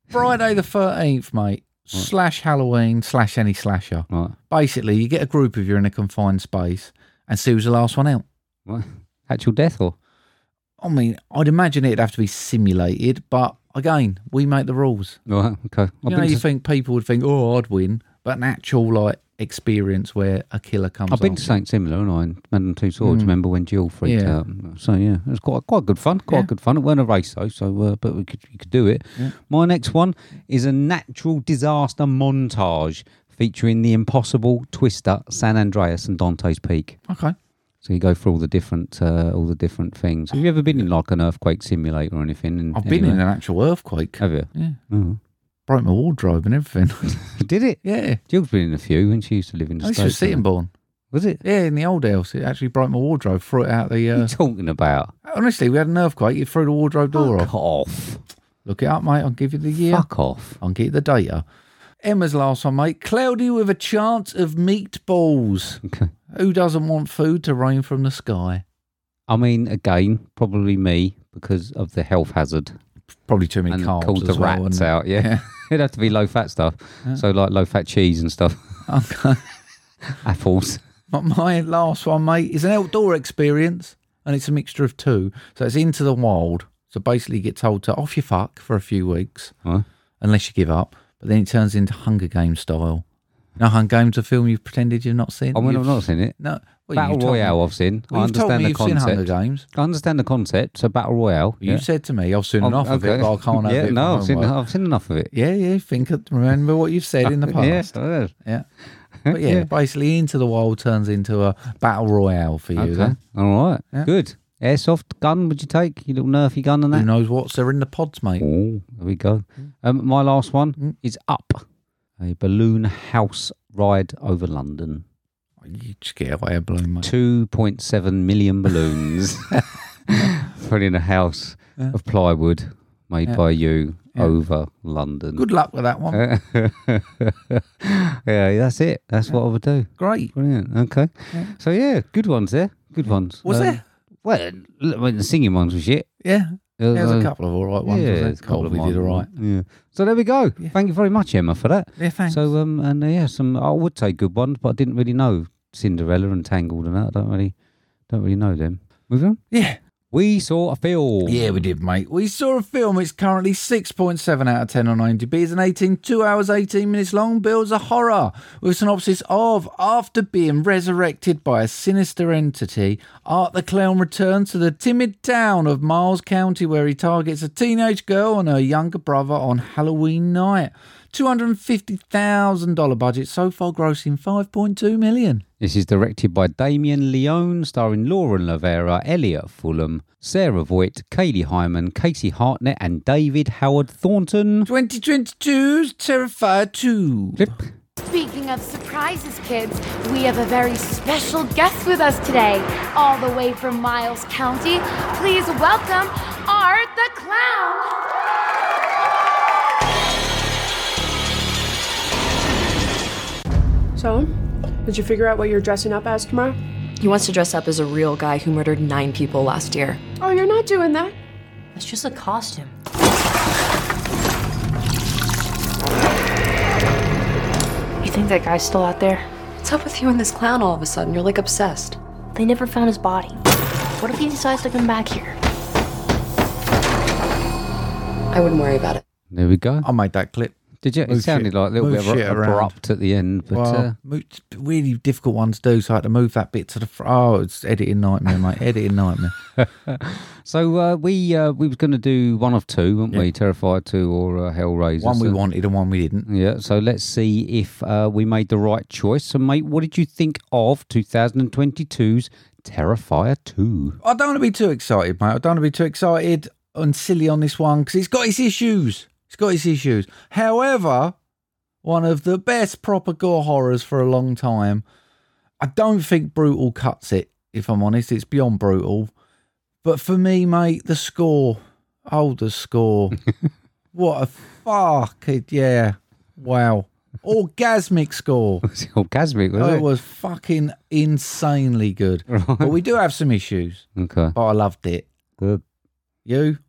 Speaker 1: Friday the 13th, mate, slash Halloween, slash any slasher.
Speaker 2: Right.
Speaker 1: Basically, you get a group of you in a confined space and see who's the last one out.
Speaker 2: What? Actual death or
Speaker 1: I mean, I'd imagine it'd have to be simulated, but again, we make the rules.
Speaker 2: right? Okay. I've
Speaker 1: you know,
Speaker 2: been
Speaker 1: you
Speaker 2: to,
Speaker 1: think people would think, oh, I'd win, but an actual like experience where a killer comes.
Speaker 2: I've been
Speaker 1: on.
Speaker 2: to something similar, and I in Man and Two Swords. Remember when Jill freaked
Speaker 1: Hmm. Yeah.
Speaker 2: out? So yeah, it was quite quite good fun. Quite good fun. It weren't a race though, so uh, but we could you could do it. My next one is a natural disaster montage featuring the Impossible, Twister, San Andreas, and Dante's Peak.
Speaker 1: Okay.
Speaker 2: So you go through all the different uh, all the different things. Have you ever been in like an earthquake simulator or anything? in-
Speaker 1: I've been in
Speaker 2: anywhere?
Speaker 1: an actual earthquake.
Speaker 2: Have you?
Speaker 1: Yeah.
Speaker 2: Oh.
Speaker 1: broke my wardrobe and everything.
Speaker 2: Did it?
Speaker 1: yeah.
Speaker 2: Jill's been in a few when she used to live in the
Speaker 1: I used to
Speaker 2: States,
Speaker 1: sitting
Speaker 2: didn't
Speaker 1: born.
Speaker 2: Was it?
Speaker 1: Yeah, in the old house. It actually broke my wardrobe, threw it out the.
Speaker 2: What are
Speaker 1: Uh,
Speaker 2: you talking about?
Speaker 1: honestly, we had an earthquake. It threw the wardrobe door
Speaker 2: Fuck
Speaker 1: off.
Speaker 2: off.
Speaker 1: Look it up, mate. I'll give you the year.
Speaker 2: Oh, Fuck off.
Speaker 1: I'll get you the data. Emma's last one, mate. Cloudy with a chance of meatballs.
Speaker 2: Okay.
Speaker 1: Who doesn't want food to rain from the sky?
Speaker 2: I mean, again, probably me because of the health hazard
Speaker 1: Probably too many
Speaker 2: and
Speaker 1: carbs
Speaker 2: called the
Speaker 1: as well,
Speaker 2: rats
Speaker 1: wouldn't it?
Speaker 2: out. Yeah, it'd have to be low fat stuff. So like low fat cheese and stuff,
Speaker 1: Okay.
Speaker 2: apples.
Speaker 1: But my last one, mate, is an outdoor experience, and it's a mixture of two. So it's into the wild. So basically, you get told to off your fuck for a few weeks,
Speaker 2: Huh?
Speaker 1: unless you give up. But then it turns into Hunger Games style. Now, Hunger Games, a film you've pretended you've not seen.
Speaker 2: I mean,
Speaker 1: You've-
Speaker 2: Oh, I've not seen it.
Speaker 1: No, well, you
Speaker 2: Battle
Speaker 1: told me-
Speaker 2: Royale, I've seen.
Speaker 1: well,
Speaker 2: I
Speaker 1: you've told me
Speaker 2: understand the
Speaker 1: you've seen Hunger
Speaker 2: concept.
Speaker 1: Games.
Speaker 2: I understand the concept. So Battle Royale.
Speaker 1: You
Speaker 2: yeah. Oh,
Speaker 1: said to me, I've seen enough of it,
Speaker 2: okay.
Speaker 1: but I can't have
Speaker 2: yeah,
Speaker 1: it. for
Speaker 2: No, I've seen,
Speaker 1: homework.
Speaker 2: I've seen enough of it.
Speaker 1: Yeah, yeah. Think, remember what you've said in the past.
Speaker 2: Yes, I have.
Speaker 1: Yeah. But yeah, basically, Into the Wild turns into a battle royale for you.
Speaker 2: Okay.
Speaker 1: Then
Speaker 2: All right.
Speaker 1: Yeah.
Speaker 2: Good. Airsoft gun, would you take? Your little nerfy gun and
Speaker 1: who
Speaker 2: that?
Speaker 1: knows what's there in the pods, mate?
Speaker 2: Oh, there we go.
Speaker 1: Mm.
Speaker 2: Um, my last one is Up, a balloon house ride over London.
Speaker 1: You just get away a balloon, mate.
Speaker 2: 2.7 million balloons put in a house of plywood made by you over London.
Speaker 1: Good luck with that one.
Speaker 2: Uh, yeah, that's it. That's what I would do.
Speaker 1: Great.
Speaker 2: Brilliant. Okay. So, yeah, good ones there. Good ones.
Speaker 1: Was
Speaker 2: Um,
Speaker 1: there?
Speaker 2: Well, l- well, the singing ones were shit.
Speaker 1: Yeah.
Speaker 2: Uh,
Speaker 1: There's a
Speaker 2: uh,
Speaker 1: couple of all right ones.
Speaker 2: yeah,
Speaker 1: wasn't
Speaker 2: there's a
Speaker 1: there?
Speaker 2: couple of
Speaker 1: Colby did all
Speaker 2: mine.
Speaker 1: right.
Speaker 2: Yeah. So there we go. Thank you very much, Emma, for that.
Speaker 1: Yeah, thanks.
Speaker 2: So um, and uh, yeah, some I would say good ones, but I didn't really know Cinderella and Tangled and that. I don't really, don't really know them. Moving on.
Speaker 1: Yeah.
Speaker 2: We saw a film.
Speaker 1: Yeah, we did, mate. We saw a film. It's currently 6.7 out of 10 on IMDb. It's an 18, 2 hours, 18 minutes long, builds a horror with a synopsis of After being resurrected by a sinister entity, Art the Clown returns to the timid town of Miles County where he targets a teenage girl and her younger brother on Halloween night. $250,000 budget, so far grossing 5.2 million.
Speaker 2: This is directed by Damien Leone, starring Lauren Lavera, Elliot Fulham, Sarah Voigt, Kaylee Hyman, Casey Hartnett, and David Howard Thornton.
Speaker 1: 2022's Terrifier 2.
Speaker 2: Clip.
Speaker 9: Speaking of surprises, kids, we have a very special guest with us today, all the way from Miles County. Please welcome Art the Clown.
Speaker 10: So, did you figure out what you're dressing up as tomorrow?
Speaker 11: He wants to dress up as a real guy who murdered nine people last year.
Speaker 10: Oh, you're not doing that.
Speaker 11: That's just a costume.
Speaker 9: You think that guy's still out there?
Speaker 11: What's up with you and this clown all of a sudden? You're like obsessed.
Speaker 9: They never found his body. What if he decides to come back here?
Speaker 11: I wouldn't worry about it.
Speaker 2: There we go.
Speaker 1: I made that clip.
Speaker 2: Did you? It
Speaker 1: move
Speaker 2: sounded
Speaker 1: shit-
Speaker 2: like a little
Speaker 1: move
Speaker 2: bit
Speaker 1: shit
Speaker 2: abrupt
Speaker 1: around.
Speaker 2: at the end, but
Speaker 1: well,
Speaker 2: uh,
Speaker 1: mo- it's a really difficult one to do, so I had to move that bit to the front. Oh, it's editing nightmare, mate. Editing nightmare.
Speaker 2: So uh, we uh, we was going to do one of two, weren't we? Terrified two or uh, Hellraiser.
Speaker 1: One we
Speaker 2: So-
Speaker 1: wanted and one we didn't.
Speaker 2: Yeah. So let's see if uh, we made the right choice. So mate, what did you think of 2022's Terrifier two?
Speaker 1: I don't want to be too excited, mate. I don't want to be too excited and silly on this one because it's got its issues. It's got its issues. However, one of the best proper gore horrors for a long time. I don't think brutal cuts it. If I'm honest, it's beyond brutal. But for me, mate, the score, oh, the score, what a fuck! It, yeah, wow, orgasmic score.
Speaker 2: It's orgasmic, was
Speaker 1: Oh,
Speaker 2: it?
Speaker 1: it was fucking insanely good. But we do have some issues
Speaker 2: Okay.
Speaker 1: but I loved it.
Speaker 2: Good.
Speaker 1: You?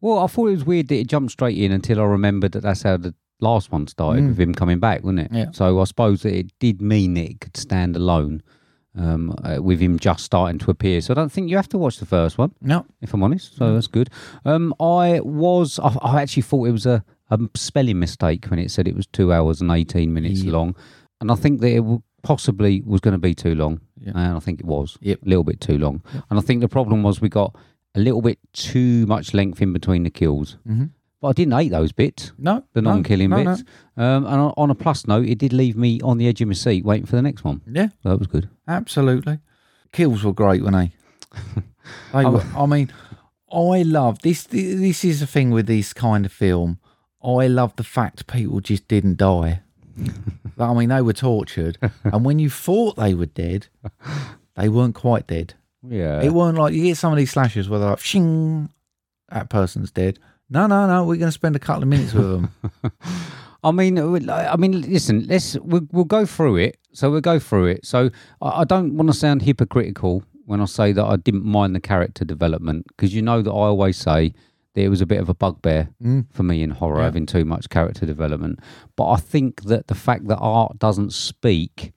Speaker 2: Well, I thought it was weird that it jumped straight in until I remembered that that's how the last one started with him coming back, wasn't it?
Speaker 1: Mm. Yeah.
Speaker 2: So I suppose that it did mean that it could stand alone um, uh, with him just starting to appear. So I don't think you have to watch the first one.
Speaker 1: No.
Speaker 2: if I'm honest.
Speaker 1: Mm.
Speaker 2: So that's good. Um, I was, I, I actually thought it was a, a spelling mistake when it said it was two hours and 18 minutes long. And I think that it w- possibly was going to be too long. And I think it was
Speaker 1: Yep.
Speaker 2: a little bit too long. And I think the problem was we got a little bit too much length in between the kills. But I didn't hate those bits.
Speaker 1: No.
Speaker 2: The
Speaker 1: Mm-hmm. no,
Speaker 2: non-killing
Speaker 1: no, no.
Speaker 2: bits, um, and on- on a plus note, it did leave me on the edge of my seat waiting for the next one.
Speaker 1: Yeah,
Speaker 2: So that was good.
Speaker 1: absolutely. Kills were great, weren't they? they were, I mean, I love this. This is the thing with this kind of film. I love the fact people just didn't die. I mean, they were tortured, and when you thought they were dead, they weren't quite dead.
Speaker 2: Yeah,
Speaker 1: It weren't like you get some of these slashers where they're like, "Shing, that person's dead." No, no, no. We're going to spend a couple of minutes with them.
Speaker 2: I mean, uh, we- I mean, listen. Let's we'll, we'll go through it. So we'll go through it. So I, I don't want to sound hypocritical when I say that I didn't mind the character development because you know that I always say that it was a bit of a bugbear
Speaker 1: Mm.
Speaker 2: for me in horror
Speaker 1: Yeah.
Speaker 2: having too much character development. But I think that the fact that art doesn't speak,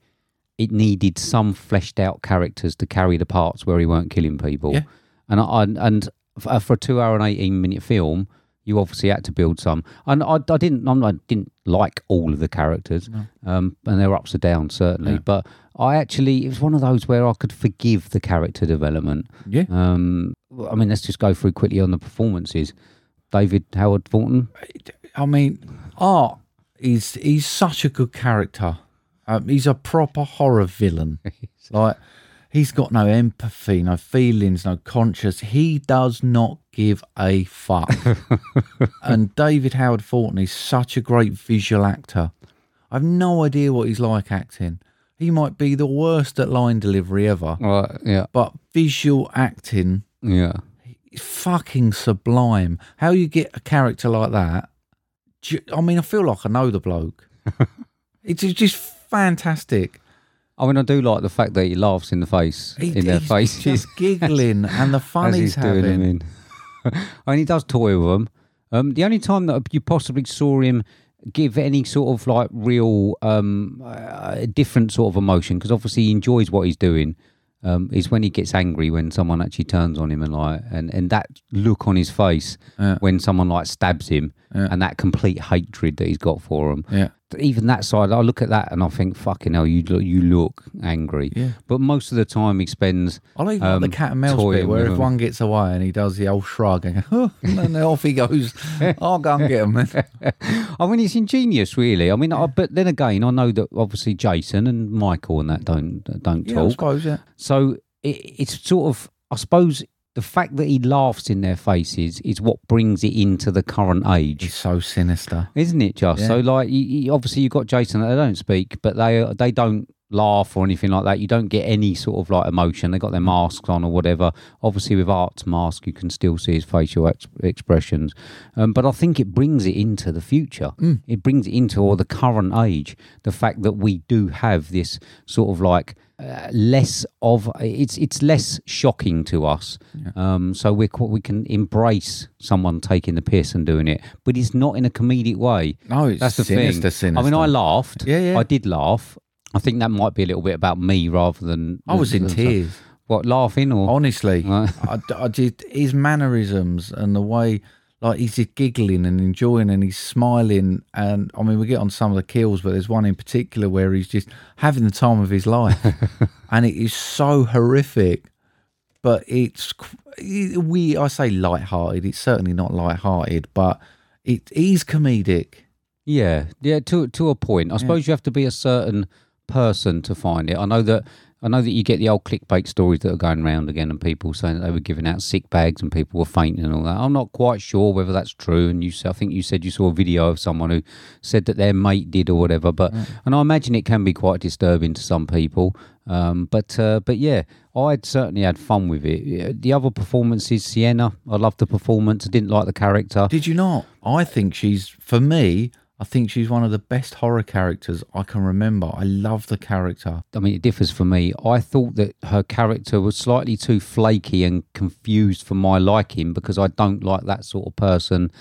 Speaker 2: it needed some fleshed out characters to carry the parts where he weren't killing people.
Speaker 1: Yeah.
Speaker 2: And I, and- and f- uh, for a two hour and eighteen minute film, you obviously had to build some. And I, I didn't I'm, I didn't like all of the characters, um, and there were ups and downs certainly. But I actually it was one of those where I could forgive the character development.
Speaker 1: Yeah.
Speaker 2: Um, I mean, let's just go through quickly on the performances. David Howard Thornton.
Speaker 1: I mean, Art is he's such a good character. Um, he's a proper horror villain. like he's got no empathy, no feelings, no conscience. He does not give a fuck. and David Howard Thornton is such a great visual actor. I've no idea what he's like acting. He might be the worst at line delivery ever,
Speaker 2: Right. Yeah.
Speaker 1: but visual acting
Speaker 2: Yeah.
Speaker 1: it's fucking sublime. How you get a character like that? ju- I mean, I feel like I know the bloke. it's ju- just fantastic.
Speaker 2: I mean, I do like the fact that he laughs in the face,
Speaker 1: He-
Speaker 2: in their
Speaker 1: he's
Speaker 2: faces,
Speaker 1: just giggling, and the fun
Speaker 2: as
Speaker 1: he's,
Speaker 2: he's doing them
Speaker 1: having.
Speaker 2: in. and he does toy with them. Um, the only time that you possibly saw him give any sort of like real, um, uh, different sort of emotion, because obviously he enjoys what he's doing, um, is when he gets angry when someone actually turns on him and like, and, and that look on his face
Speaker 1: Yeah.
Speaker 2: when someone like stabs him, and that complete hatred that he's got for him
Speaker 1: Yeah,
Speaker 2: even that side, I look at that and I think, fucking hell, you look, you look angry.
Speaker 1: Yeah.
Speaker 2: But most of the time, he spends.
Speaker 1: I like like
Speaker 2: um,
Speaker 1: the cat and mouse
Speaker 2: toying
Speaker 1: bit where if
Speaker 2: with 'em.
Speaker 1: one gets away and he does the old shrug and, go, and then off he goes. I'll go and get him. Then.
Speaker 2: I mean, it's ingenious, really. I mean, I, but then again, I know that obviously Jason and Michael and that don't don't
Speaker 1: Yeah, I
Speaker 2: talk.
Speaker 1: suppose. Yeah.
Speaker 2: So it, it's sort of, I suppose, the fact that he laughs in their faces is what brings it into the current age.
Speaker 1: He's so sinister.
Speaker 2: isn't it just
Speaker 1: Yeah.
Speaker 2: so like you, you, obviously you've got jason they don't speak but they they don't laugh or anything like that you don't get any sort of like emotion they got their masks on or whatever obviously with art's mask you can still see his facial ex- expressions um, but i think it brings it into the future
Speaker 1: Hmm.
Speaker 2: it brings it into or the current age the fact that we do have this sort of like uh, less of it's it's less shocking to us um so we we can embrace someone taking the piss and doing it but it's not in a comedic way
Speaker 1: No, it's
Speaker 2: that's the
Speaker 1: sinister,
Speaker 2: thing. I mean,
Speaker 1: sinister.
Speaker 2: I laughed.
Speaker 1: Yeah, yeah.
Speaker 2: I did laugh. I think that might be a little bit about me rather than
Speaker 1: I was in
Speaker 2: than-
Speaker 1: tears.
Speaker 2: What laughing or?
Speaker 1: Honestly,
Speaker 2: Right.
Speaker 1: I, I just his mannerisms and the way, like he's just giggling and enjoying and he's smiling. And I mean, we get on some of the kills, but there's one in particular where he's just having the time of his life, and it is so horrific. But it's qu- we I say light-hearted. It's certainly not light-hearted, but it is comedic.
Speaker 2: Yeah, yeah. To to a point, I suppose you have to be a certain person to find it. I know that. I know that you get the old clickbait stories that are going round again, and people saying that they were giving out sick bags and people were fainting and all that. I'm not quite sure whether that's true. And you, s- I think you said you saw a video of someone who said that their mate did or whatever. But and I imagine it can be quite disturbing to some people. Um, but uh, but yeah, I'd certainly had fun with it. Yeah, The other performances, Sienna, I loved the performance. I didn't like the character.
Speaker 1: Did you not? I think she's for me. I think she's one of the best horror characters I can remember. I love the character.
Speaker 2: I mean, it differs for me. I thought that her character was slightly too flaky and confused for my liking because I don't like that sort of person.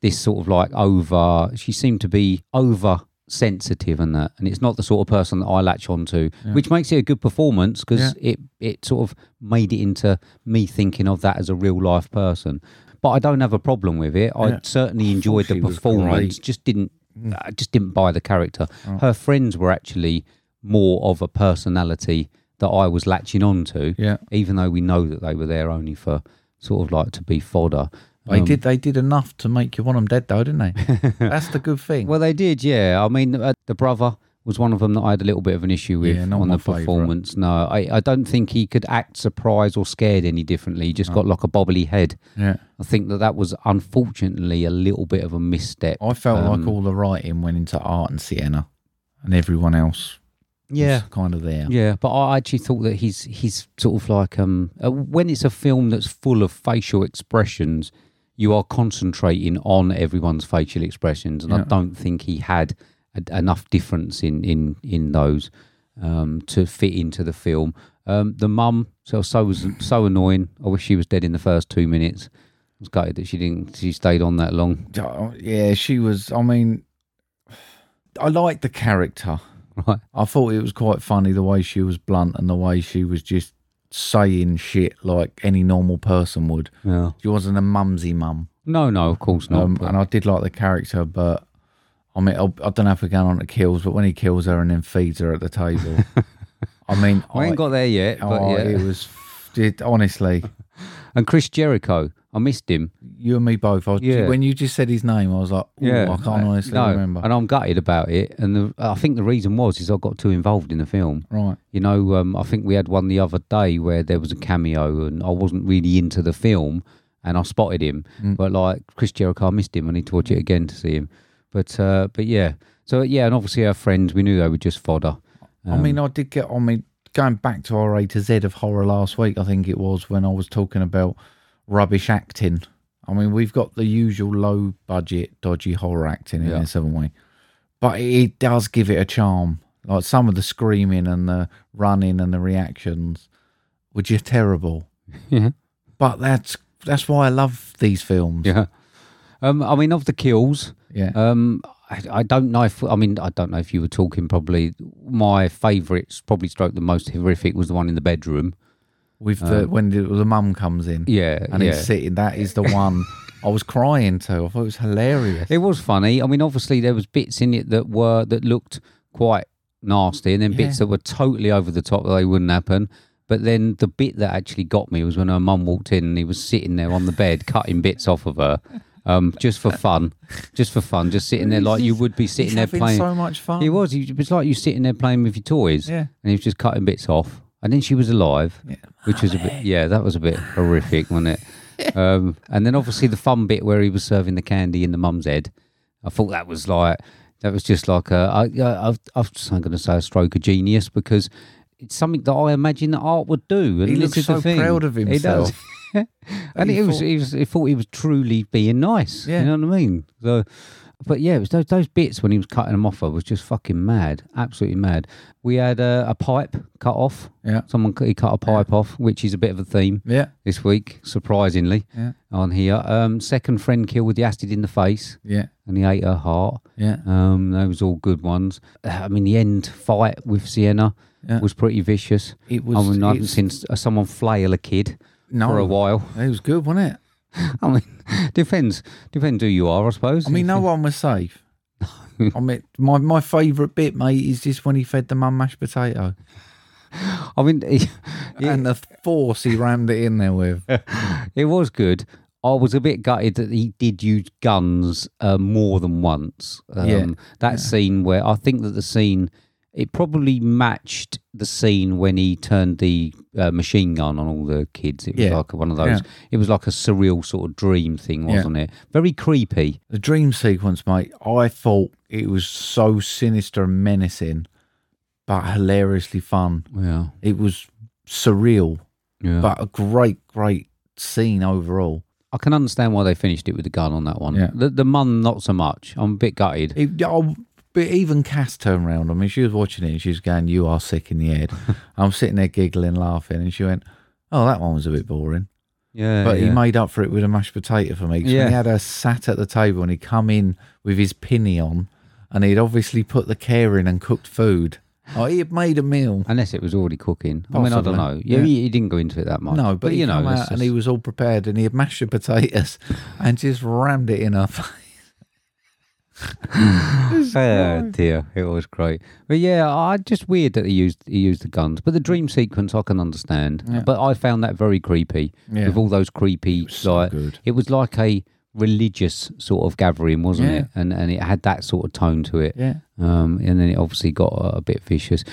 Speaker 2: This sort of like over, she seemed to be over sensitive and that, and it's not the sort of person that I latch onto, which makes it a good performance because it it sort of made it into me thinking of that as a real life person. But I don't have a problem with it. I
Speaker 1: Yeah.
Speaker 2: certainly enjoyed the
Speaker 1: she was
Speaker 2: performance.
Speaker 1: great.
Speaker 2: Just didn't,
Speaker 1: Mm.
Speaker 2: I just didn't buy the character.
Speaker 1: Oh.
Speaker 2: Her friends were actually more of a personality that I was latching on to.
Speaker 1: Yeah.
Speaker 2: Even though we know that they were there only for sort of like to be fodder. Um,
Speaker 1: They did. They did enough to make you want them dead, though, didn't they? That's the good thing.
Speaker 2: Well, they did, yeah. I mean, uh, the brother was one of them that I had a little bit of an issue with
Speaker 1: Yeah, not
Speaker 2: on
Speaker 1: my
Speaker 2: the
Speaker 1: favourite.
Speaker 2: performance. No, I, I don't think he could act surprised or scared any differently. He just got like a bobbly head.
Speaker 1: yeah,
Speaker 2: I think that that was unfortunately a little bit of a misstep.
Speaker 1: I felt
Speaker 2: Um,
Speaker 1: like all the writing went into Art and Sienna, and everyone else.
Speaker 2: Yeah.
Speaker 1: was kind of there.
Speaker 2: Yeah, but I actually thought that he's he's sort of like um uh, when it's a film that's full of facial expressions, you are concentrating on everyone's facial expressions, and I
Speaker 1: Yeah.
Speaker 2: don't think he had a, enough difference in in in those um, to fit into the film. Um, the mum, so so was so annoying. I wish she was dead in the first two minutes. I was gutted that she didn't. She stayed on that long.
Speaker 1: Oh, yeah, she was. I mean, I liked the character.
Speaker 2: Right.
Speaker 1: I thought it was quite funny the way she was blunt and the way she was just saying shit like any normal person would.
Speaker 2: Yeah.
Speaker 1: She wasn't a mumsy mum.
Speaker 2: No, no, of course not.
Speaker 1: Um, and I did like the character, but I mean, I'll- I don't know if we're going on to kills, but when he kills her and then feeds her at the table, I mean,
Speaker 2: I ain't got there yet, but
Speaker 1: oh,
Speaker 2: yeah.
Speaker 1: it was did honestly.
Speaker 2: And Chris Jericho, I missed him.
Speaker 1: You and me both. I was,
Speaker 2: Yeah. Uh,
Speaker 1: When you just said his name, I was like, "Ooh, I can't honestly
Speaker 2: No,
Speaker 1: remember.
Speaker 2: And I'm gutted about it. And the, I think the reason was is I got too involved in the film.
Speaker 1: Right.
Speaker 2: You know, um, I think we had one the other day where there was a cameo, and I wasn't really into the film, and I spotted him.
Speaker 1: Mm.
Speaker 2: But like Chris Jericho, I missed him. I need to watch it again to see him. But uh, but yeah, so yeah, and obviously our friends, we knew they were just fodder.
Speaker 1: I mean,
Speaker 2: Um,
Speaker 1: I did get. I mean, going back to our A to Z of horror last week, I think it was when I was talking about rubbish acting. I mean, we've got the usual low budget, dodgy horror acting in
Speaker 2: Yeah.
Speaker 1: this, haven't we? But it does give it a charm. Like some of the screaming and the running and the reactions were just terrible.
Speaker 2: Yeah.
Speaker 1: But that's that's why I love these films.
Speaker 2: Yeah. Um, I mean, of the kills,
Speaker 1: Yeah.
Speaker 2: Um, I, I don't know if I mean I don't know if you were talking probably my favourites probably stroke the most horrific was the one in the bedroom.
Speaker 1: With the
Speaker 2: Um,
Speaker 1: when the, the mum comes in.
Speaker 2: Yeah,
Speaker 1: And
Speaker 2: yeah.
Speaker 1: he's sitting. That is the one I was crying to. I thought it was hilarious.
Speaker 2: It was funny. I mean, obviously there was bits in it that were that looked quite nasty, and then bits
Speaker 1: Yeah.
Speaker 2: that were totally over the top that they wouldn't happen. But then the bit that actually got me was when her mum walked in and he was sitting there on the bed cutting bits off of her, um, just for fun, just for fun, just sitting there like you would be sitting
Speaker 1: He's
Speaker 2: there
Speaker 1: having
Speaker 2: playing.
Speaker 1: so much fun.
Speaker 2: He was. He, it was like you sitting there playing with your toys.
Speaker 1: Yeah.
Speaker 2: And he was just cutting bits off. And then she was alive, which was a bit. Yeah, that was a bit horrific, wasn't it? Um, and then obviously the fun bit where he was serving the candy in the mum's head. I thought that was like that was just like a. I, I, I've, I've just, I'm going to say a stroke of genius because it's something that I imagine that art would do. And
Speaker 1: He
Speaker 2: this
Speaker 1: looks
Speaker 2: is the
Speaker 1: so
Speaker 2: thing.
Speaker 1: proud of
Speaker 2: He does.
Speaker 1: himself.
Speaker 2: and
Speaker 1: He
Speaker 2: it was,
Speaker 1: thought-
Speaker 2: he was he thought he was truly being nice.
Speaker 1: Yeah.
Speaker 2: You know what I mean? So, but yeah, it was those those bits when he was cutting them off. I was just fucking mad, absolutely mad. We had a, a pipe cut off.
Speaker 1: Yeah.
Speaker 2: someone cut- he cut a pipe off, which is a bit of a theme.
Speaker 1: Yeah.
Speaker 2: this week, surprisingly,
Speaker 1: Yeah.
Speaker 2: on here. Um, second friend killed with the acid in the face.
Speaker 1: Yeah.
Speaker 2: and he ate her heart.
Speaker 1: Yeah.
Speaker 2: um, those all good ones. I mean, the end fight with Sienna.
Speaker 1: Yeah.
Speaker 2: Was pretty vicious.
Speaker 1: It was-
Speaker 2: I mean, I haven't
Speaker 1: it's-
Speaker 2: seen s- uh, someone flail a kid
Speaker 1: No.
Speaker 2: for a while.
Speaker 1: It was good, wasn't it?
Speaker 2: I mean, depends. Depends who you are, I suppose.
Speaker 1: I mean, no one was safe. I mean, my, my favourite bit, mate, is just when he fed the mum mashed potato
Speaker 2: I mean, it,
Speaker 1: and the force he rammed it in there with.
Speaker 2: it was good. I was a bit gutted that he did use guns uh, more than once. Um,
Speaker 1: Yeah.
Speaker 2: That scene where I think that the scene it probably matched the scene when he turned the uh, machine gun on all the kids. It was
Speaker 1: Yeah.
Speaker 2: like one of those.
Speaker 1: Yeah.
Speaker 2: It was like a surreal sort of dream thing,
Speaker 1: Yeah.
Speaker 2: wasn't it? Very creepy.
Speaker 1: The dream sequence, mate, I thought it was so sinister and menacing, but hilariously fun.
Speaker 2: Yeah.
Speaker 1: It was surreal,
Speaker 2: Yeah.
Speaker 1: but a great, great scene overall.
Speaker 2: I can understand why they finished it with the gun on that one.
Speaker 1: Yeah.
Speaker 2: The, the mun, not so much. I'm a bit gutted.
Speaker 1: It, oh, but even Cass turned round. I mean, she was watching it and she was going, You are sick in the head. I'm sitting there giggling, laughing, and she went, Oh, that one was a bit boring.
Speaker 2: Yeah.
Speaker 1: But he
Speaker 2: yeah.
Speaker 1: made up for it with a mashed potato for me. 'cause
Speaker 2: Yeah.
Speaker 1: When he had her sat at the table and he'd come in with his pinny on and he'd obviously put the care in and cooked food. Oh, he had made a meal.
Speaker 2: Unless it was already cooking. I mean, I don't
Speaker 1: Possibly.
Speaker 2: know. Yeah,
Speaker 1: Yeah.
Speaker 2: He, he didn't go into it that much.
Speaker 1: No, but,
Speaker 2: you know,
Speaker 1: out
Speaker 2: that's
Speaker 1: and he
Speaker 2: just-
Speaker 1: was all prepared and he had mashed the potatoes and just rammed it in her face.
Speaker 2: oh dear, it was great. But yeah, I just weird that he used he used the guns. But the dream sequence, I can understand. But I found that very creepy
Speaker 1: Yeah.
Speaker 2: with all those creepy
Speaker 1: so
Speaker 2: like
Speaker 1: good.
Speaker 2: it was like a religious sort of gathering, wasn't
Speaker 1: Yeah.
Speaker 2: it? And and it had that sort of tone to it.
Speaker 1: Yeah.
Speaker 2: Um, and then it obviously got a, a bit vicious.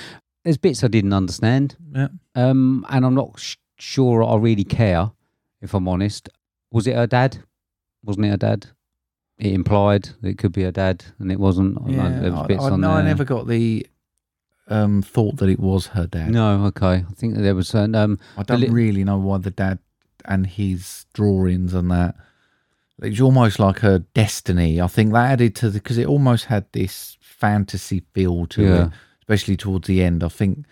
Speaker 2: There's bits I didn't understand.
Speaker 1: Yeah.
Speaker 2: Um, and I'm not sh- sure I really care, if I'm honest. Was it her dad? Wasn't it her dad? It implied that it could be her dad, and it wasn't. I-
Speaker 1: Yeah,
Speaker 2: there was
Speaker 1: I-
Speaker 2: bits
Speaker 1: I,
Speaker 2: on
Speaker 1: no,
Speaker 2: there.
Speaker 1: I never got the um, thought that it was her dad.
Speaker 2: No, okay. I think that there was certain. Um,
Speaker 1: I
Speaker 2: the
Speaker 1: don't
Speaker 2: li-
Speaker 1: really know why the dad and his drawings and that It's almost like her destiny. I think that added to the because it almost had this fantasy feel to
Speaker 2: Yeah.
Speaker 1: it, especially towards the end. I think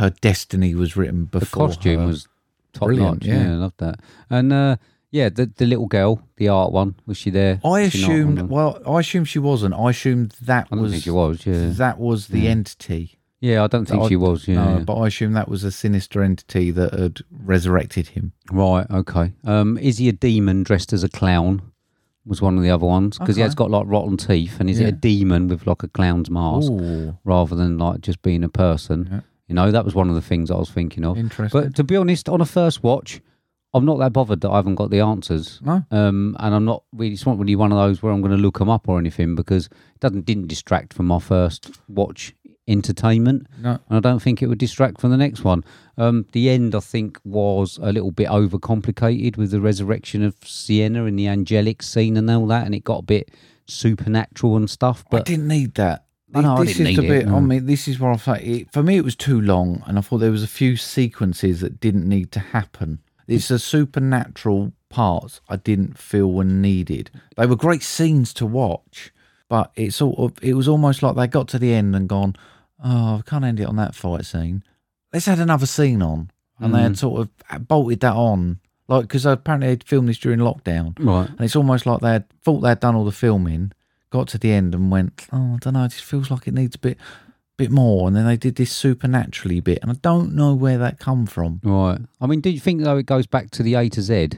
Speaker 1: her destiny was written before.
Speaker 2: costume
Speaker 1: her.
Speaker 2: was top
Speaker 1: Brilliant,
Speaker 2: notch. Yeah. I love that. And uh, yeah, the the little girl, the art one, was she there?
Speaker 1: I
Speaker 2: Was she not on
Speaker 1: assumed.
Speaker 2: them?
Speaker 1: Well, I assumed she wasn't. I assumed that
Speaker 2: I don't
Speaker 1: was.
Speaker 2: think she was, yeah.
Speaker 1: That was the
Speaker 2: Yeah.
Speaker 1: entity.
Speaker 2: Yeah, I don't think
Speaker 1: That
Speaker 2: she was, yeah,
Speaker 1: no,
Speaker 2: yeah.
Speaker 1: but I assume that was a sinister entity that had resurrected him.
Speaker 2: Right. Okay. Um, is he a demon dressed as a clown? Was one of the other ones because he
Speaker 1: Okay.
Speaker 2: has got like rotten teeth, and is it
Speaker 1: Yeah.
Speaker 2: a demon with like a clown's mask
Speaker 1: Ooh.
Speaker 2: rather than like just being a person? You know, that was one of the things I was thinking of.
Speaker 1: Interesting.
Speaker 2: But to be honest, on a first watch, I'm not that bothered that I haven't got the answers.
Speaker 1: No.
Speaker 2: Um, and I'm not really. It's not really one of those where I'm going to look them up or anything because it doesn't didn't distract from my first watch entertainment.
Speaker 1: No.
Speaker 2: And I don't think it would distract from the next one. Um, the end, I think, was a little bit overcomplicated with the resurrection of Sienna and the angelic scene and all that, and it got a bit supernatural and stuff. But
Speaker 1: I didn't need that.
Speaker 2: I know, I
Speaker 1: this
Speaker 2: didn't
Speaker 1: is the
Speaker 2: need it,
Speaker 1: bit.
Speaker 2: no.
Speaker 1: I mean, this is where I thought it, for me it was too long, and I thought there was a few sequences that didn't need to happen. It's the supernatural parts I didn't feel were needed. They were great scenes to watch, but it sort of it was almost like they got to the end and gone, oh, I can't end it on that fight scene. Let's add another scene on, and
Speaker 2: Mm.
Speaker 1: they had sort of bolted that on. Like, because apparently they'd filmed this during lockdown.
Speaker 2: Right.
Speaker 1: And it's almost like they had thought they'd done all the filming, got to the end and went, oh, I don't know, it just feels like it needs a bit, bit more. And then they did this supernaturally bit, and I don't know where that come from.
Speaker 2: Right. I mean, do you think though it goes back to the A to Z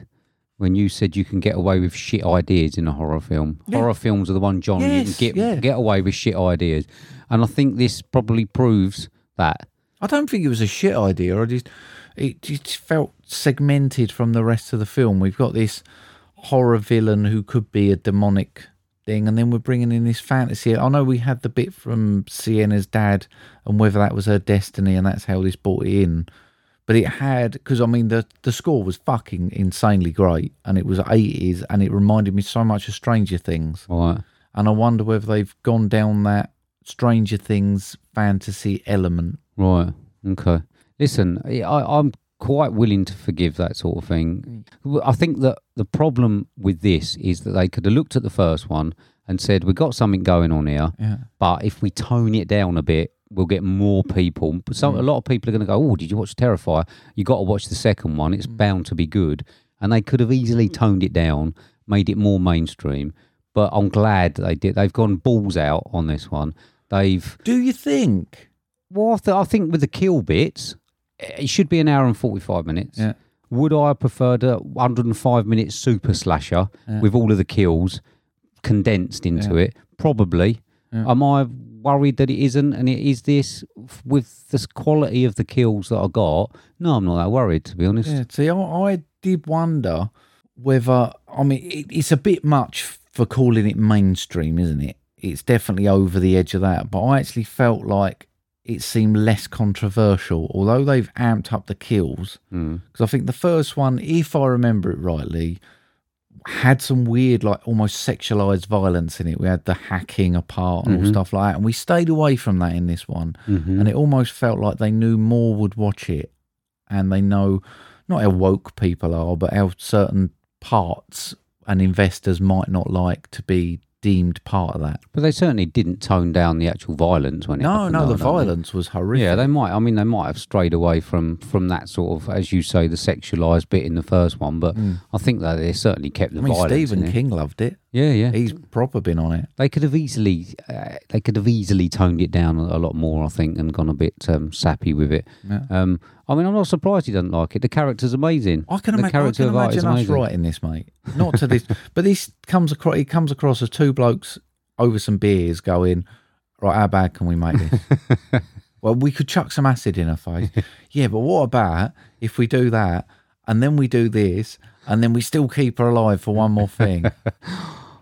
Speaker 2: when you said you can get away with shit ideas in a horror film?
Speaker 1: Yeah.
Speaker 2: Horror films are the one genre
Speaker 1: Yes,
Speaker 2: you can get
Speaker 1: yeah.
Speaker 2: get away with shit ideas, and I think this probably proves that.
Speaker 1: I don't think it was a shit idea. I just it just felt segmented from the rest of the film. We've got this horror villain who could be a demonic thing, and then we're bringing in this fantasy. I know we had the bit from Sienna's dad and whether that was her destiny, and that's how this brought it in. But it had because I mean the the score was fucking insanely great, and it was eighties, and it reminded me so much of Stranger Things
Speaker 2: Right.
Speaker 1: and I wonder whether they've gone down that Stranger Things fantasy element.
Speaker 2: Right. Okay. Listen, I, I- I'm quite willing to forgive that sort of thing. W- I think that the problem with this is that they could have looked at the first one and said, "We've got something going on here,
Speaker 1: Yeah.
Speaker 2: but if we tone it down a bit." We'll get more people. But So a lot of people are going to go. Oh, did you watch Terrifier? You got to watch the second one. It's bound to be good. And they could have easily toned it down, made it more mainstream. But I'm glad they did. They've gone balls out on this one. They've
Speaker 1: Do you think?
Speaker 2: well, I, th- I think with the kill bits, it should be an hour and 45 minutes.
Speaker 1: Yeah.
Speaker 2: Would I have preferred a 105 minute super slasher with all of the kills condensed into it? Probably. Am I worried that it isn't and it is this f- with this quality of the kills that I got? No, I'm not that worried, to be honest.
Speaker 1: Yeah, see, I, I did wonder whether, I mean, it, it's a bit much for calling it mainstream, isn't it? It's definitely over the edge of that. But I actually felt like it seemed less controversial, although they've amped up the kills. Because I think the first one, if I remember it rightly, had some weird, like almost sexualized violence in it. We had the hacking apart and all stuff like that. And we stayed away from that in this one. And it almost felt like they knew more would watch it and they know not how woke people are, but how certain parts and investors might not like to be deemed part of that.
Speaker 2: But they certainly didn't tone down the actual violence when it
Speaker 1: No,
Speaker 2: happened,
Speaker 1: no,
Speaker 2: though,
Speaker 1: the
Speaker 2: I don't think.
Speaker 1: violence was horrific.
Speaker 2: Yeah, they might. I mean, they might have strayed away from from that sort of, as you say, the sexualized bit in the first one. But I think that they certainly kept the
Speaker 1: Mm. I mean,
Speaker 2: violence. in
Speaker 1: Stephen
Speaker 2: it.
Speaker 1: King loved it.
Speaker 2: Yeah, yeah.
Speaker 1: He's proper been on it.
Speaker 2: They could have easily, uh, they could have easily toned it down a a lot more, I think, and gone a bit um, sappy with it. Um, I mean, I'm not surprised he doesn't like it. The character's amazing.
Speaker 1: I can,
Speaker 2: the
Speaker 1: ima- I can
Speaker 2: of art is
Speaker 1: imagine us
Speaker 2: amazing.
Speaker 1: writing this, mate. Not to this, but this comes across. It comes across as two blokes over some beers going, right? How bad can we make this? well, we could chuck some acid in her face. yeah, but what about if we do that and then we do this and then we still keep her alive for one more thing?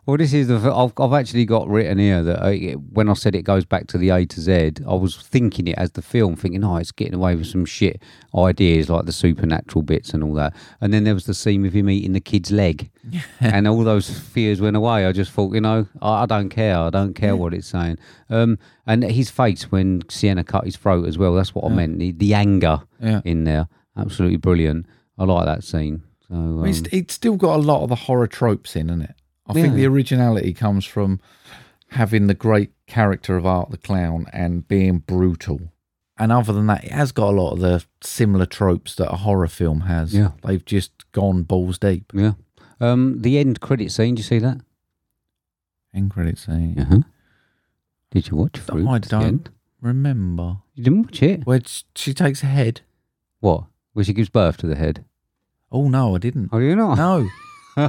Speaker 2: Well, this is the. f- I've, I've actually got written here that I, when I said it goes back to the A to Z, I was thinking it as the film, thinking, oh, it's getting away with some shit ideas like the supernatural bits and all that. And then there was the scene with him eating the kid's leg, and all those fears went away. I just thought, you know, I, I don't care. I don't care what it's saying. Um, and his face when Sienna cut his throat as well. That's what I meant. The, the anger
Speaker 1: Yeah.
Speaker 2: in there, absolutely brilliant. I like that scene. So
Speaker 1: I mean,
Speaker 2: um,
Speaker 1: it's, it's still got a lot of the horror tropes in, isn't it? I think
Speaker 2: Yeah.
Speaker 1: the originality comes from having the great character of Art the Clown and being brutal. And other than that, it has got a lot of the similar tropes that a horror film has.
Speaker 2: Yeah.
Speaker 1: They've just gone balls deep.
Speaker 2: Yeah. Um, the end credit scene. Do you see that?
Speaker 1: End credit scene.
Speaker 2: Uh huh. Did you watch through?
Speaker 1: I
Speaker 2: to the end?
Speaker 1: don't remember.
Speaker 2: You didn't watch it.
Speaker 1: Where sh- she takes a head.
Speaker 2: What? Where she gives birth to the head.
Speaker 1: Oh, no, I didn't.
Speaker 2: Oh, you not?
Speaker 1: No.
Speaker 2: Do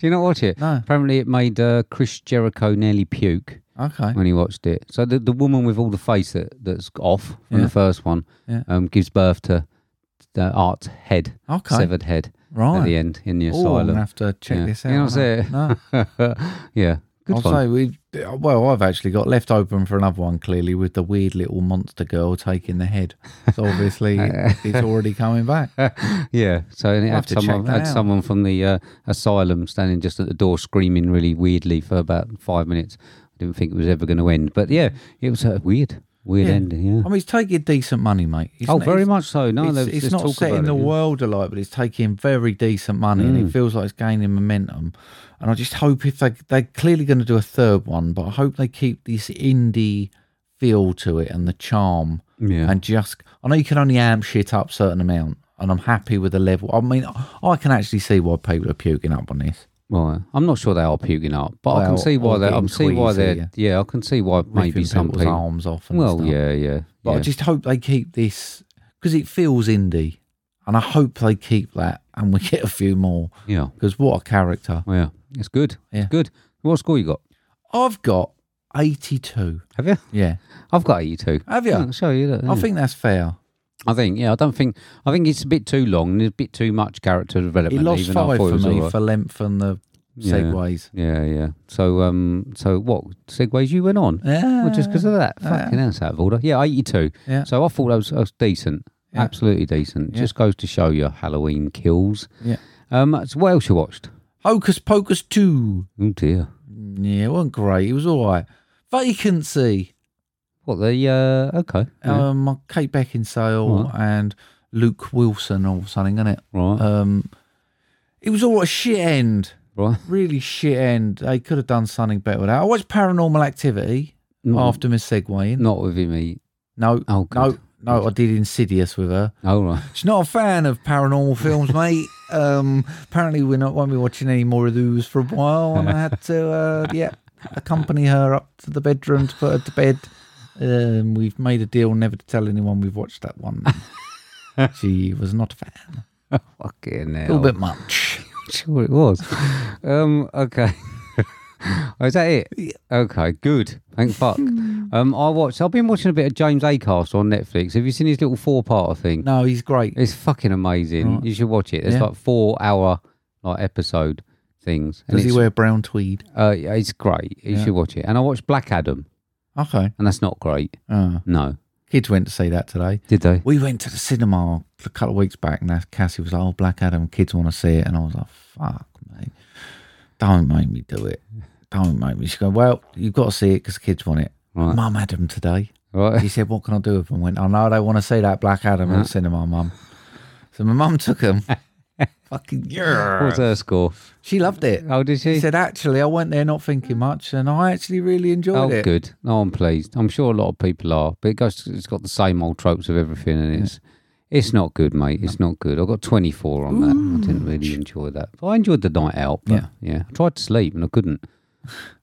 Speaker 2: you not watch it?
Speaker 1: No.
Speaker 2: Apparently, it made uh, Chris Jericho nearly puke
Speaker 1: Okay.
Speaker 2: when he watched it. So the the woman with all the face that, that's off from
Speaker 1: Yeah.
Speaker 2: the first one
Speaker 1: Yeah.
Speaker 2: um, gives birth to the Art's head,
Speaker 1: Okay.
Speaker 2: severed head, at
Speaker 1: Right.
Speaker 2: the end in the
Speaker 1: Oh, I'm gonna
Speaker 2: asylum.
Speaker 1: have to check
Speaker 2: yeah.
Speaker 1: this
Speaker 2: You know
Speaker 1: out,
Speaker 2: what I'm saying? yeah, good
Speaker 1: I'll
Speaker 2: one.
Speaker 1: say we. Well, I've actually got left open for another one. Clearly, with the weird little monster girl taking the head. So obviously, it- it's already coming back.
Speaker 2: yeah. So and it
Speaker 1: I'll
Speaker 2: had
Speaker 1: have to check
Speaker 2: someone
Speaker 1: that
Speaker 2: had
Speaker 1: out.
Speaker 2: someone from the uh, asylum standing just at the door screaming really weirdly for about five minutes. I didn't think it was ever going to end, but yeah, it was a weird, weird
Speaker 1: Yeah.
Speaker 2: ending. Yeah.
Speaker 1: I mean, it's taking decent money, mate. It's
Speaker 2: oh,
Speaker 1: not-
Speaker 2: very
Speaker 1: it's-
Speaker 2: much so. No,
Speaker 1: it's,
Speaker 2: there's-
Speaker 1: it's
Speaker 2: there's
Speaker 1: not
Speaker 2: talk
Speaker 1: setting
Speaker 2: about
Speaker 1: the
Speaker 2: it, yeah. Mm.
Speaker 1: world alight, but it's taking very decent money, and it feels like it's gaining momentum. And I just hope if they they're clearly going to do a third one, but I hope they keep this indie feel to it and the charm.
Speaker 2: Yeah.
Speaker 1: And just, I know you can only amp shit up certain amount, and I'm happy with the level. I mean, I can actually see why people are puking up on this.
Speaker 2: Right. I'm not sure they are puking up, but I can
Speaker 1: Well,
Speaker 2: see why
Speaker 1: or
Speaker 2: they. I can
Speaker 1: getting
Speaker 2: see why
Speaker 1: queasy,
Speaker 2: they're. Yeah. I can see why maybe
Speaker 1: ripping
Speaker 2: some
Speaker 1: people's
Speaker 2: people.
Speaker 1: arms off. And
Speaker 2: well,
Speaker 1: stuff.
Speaker 2: yeah, yeah.
Speaker 1: But I
Speaker 2: yeah.
Speaker 1: just hope they keep this because it feels indie, and I hope they keep that, and we get a few more.
Speaker 2: Yeah.
Speaker 1: Because what a character!
Speaker 2: Well, yeah. It's good.
Speaker 1: Yeah.
Speaker 2: It's good. What score you got?
Speaker 1: I've got eighty-two.
Speaker 2: Have you?
Speaker 1: Yeah,
Speaker 2: I've got eighty-two.
Speaker 1: Have ya?
Speaker 2: I'll show you that.
Speaker 1: I
Speaker 2: yeah.
Speaker 1: think that's fair.
Speaker 2: I think, yeah, I don't think, I think it's a bit too long and a bit too much character
Speaker 1: It
Speaker 2: development.
Speaker 1: lost
Speaker 2: even though
Speaker 1: five
Speaker 2: I thought it
Speaker 1: for
Speaker 2: was
Speaker 1: me
Speaker 2: all right.
Speaker 1: for length and the
Speaker 2: Yeah.
Speaker 1: segues.
Speaker 2: Yeah, yeah. So, um, so what segues you went on? Well, just because of that, fucking hell, it's out of order. Yeah, eighty-two.
Speaker 1: Yeah.
Speaker 2: So I thought that was, that was decent,
Speaker 1: Yeah.
Speaker 2: absolutely decent.
Speaker 1: Yeah.
Speaker 2: Just goes to show you Halloween kills.
Speaker 1: Yeah.
Speaker 2: Um, so what else you watched?
Speaker 1: Hocus Pocus two.
Speaker 2: Oh dear.
Speaker 1: Yeah, it wasn't great. It was all right. Vacancy.
Speaker 2: What the? Uh, okay. Yeah.
Speaker 1: Um, Kate Beckinsale
Speaker 2: Right.
Speaker 1: and Luke Wilson or something, isn't it?
Speaker 2: right.
Speaker 1: Um, it was all a shit end.
Speaker 2: right.
Speaker 1: Really shit end. They could have done something better with that. I watched Paranormal Activity
Speaker 2: Mm.
Speaker 1: after Miss Segwaying.
Speaker 2: Not with me.
Speaker 1: No,
Speaker 2: Oh,
Speaker 1: no,
Speaker 2: good.
Speaker 1: no. I did Insidious with her.
Speaker 2: Oh right.
Speaker 1: She's not a fan of paranormal films, mate. Um, apparently, we're not won't be watching any more of those for a while, and I had to, uh, yeah, accompany her up to the bedroom to put her to bed. Um, we've made a deal never to tell anyone we've watched that one. she was not a fan.
Speaker 2: Fucking
Speaker 1: A
Speaker 2: hell.
Speaker 1: little bit much.
Speaker 2: sure it was. Um, okay. Oh, is that it? Okay, good. Thank fuck.
Speaker 1: Hmm.
Speaker 2: um, I watched. I've been watching a bit of James Acast on Netflix. Have you seen his little four-parter thing?
Speaker 1: No, he's great.
Speaker 2: It's fucking amazing.
Speaker 1: Right.
Speaker 2: You should watch it. It's
Speaker 1: Yeah.
Speaker 2: like four-hour like episode things. And
Speaker 1: Does he
Speaker 2: it's-
Speaker 1: wear brown tweed?
Speaker 2: Uh, yeah, it's great. You
Speaker 1: Yeah.
Speaker 2: should watch it. And I watched Black Adam,
Speaker 1: Okay.
Speaker 2: and that's not great.
Speaker 1: Uh,
Speaker 2: No,
Speaker 1: kids went to see that today.
Speaker 2: did they?
Speaker 1: We went to the cinema a couple of weeks back, and that's- Cassie was like, "Oh, Black Adam, kids want to see it," and I was like, "Fuck, mate, don't make me do it. Don't make me." She go, "Well, you've got to see it because kids want it."
Speaker 2: Right.
Speaker 1: Mum had them today. She
Speaker 2: Right.
Speaker 1: said, "What can I do with them?" I Went, "I know they want to see that Black Adam in the cinema, mum." So my mum took them. Fucking
Speaker 2: What was
Speaker 1: yeah,
Speaker 2: her score?
Speaker 1: she loved it.
Speaker 2: Oh, did she?
Speaker 1: She said, "Actually, I went there not thinking much, and I actually really enjoyed
Speaker 2: Oh,
Speaker 1: it."
Speaker 2: good. No, I'm pleased. I'm sure a lot of people are, but it goes. It's got the same old tropes of everything, and it's it's not good, mate. It's not good. I got 24 on that. I didn't really enjoy that. But I enjoyed the night out. But yeah,
Speaker 1: Yeah.
Speaker 2: I tried to sleep and I couldn't.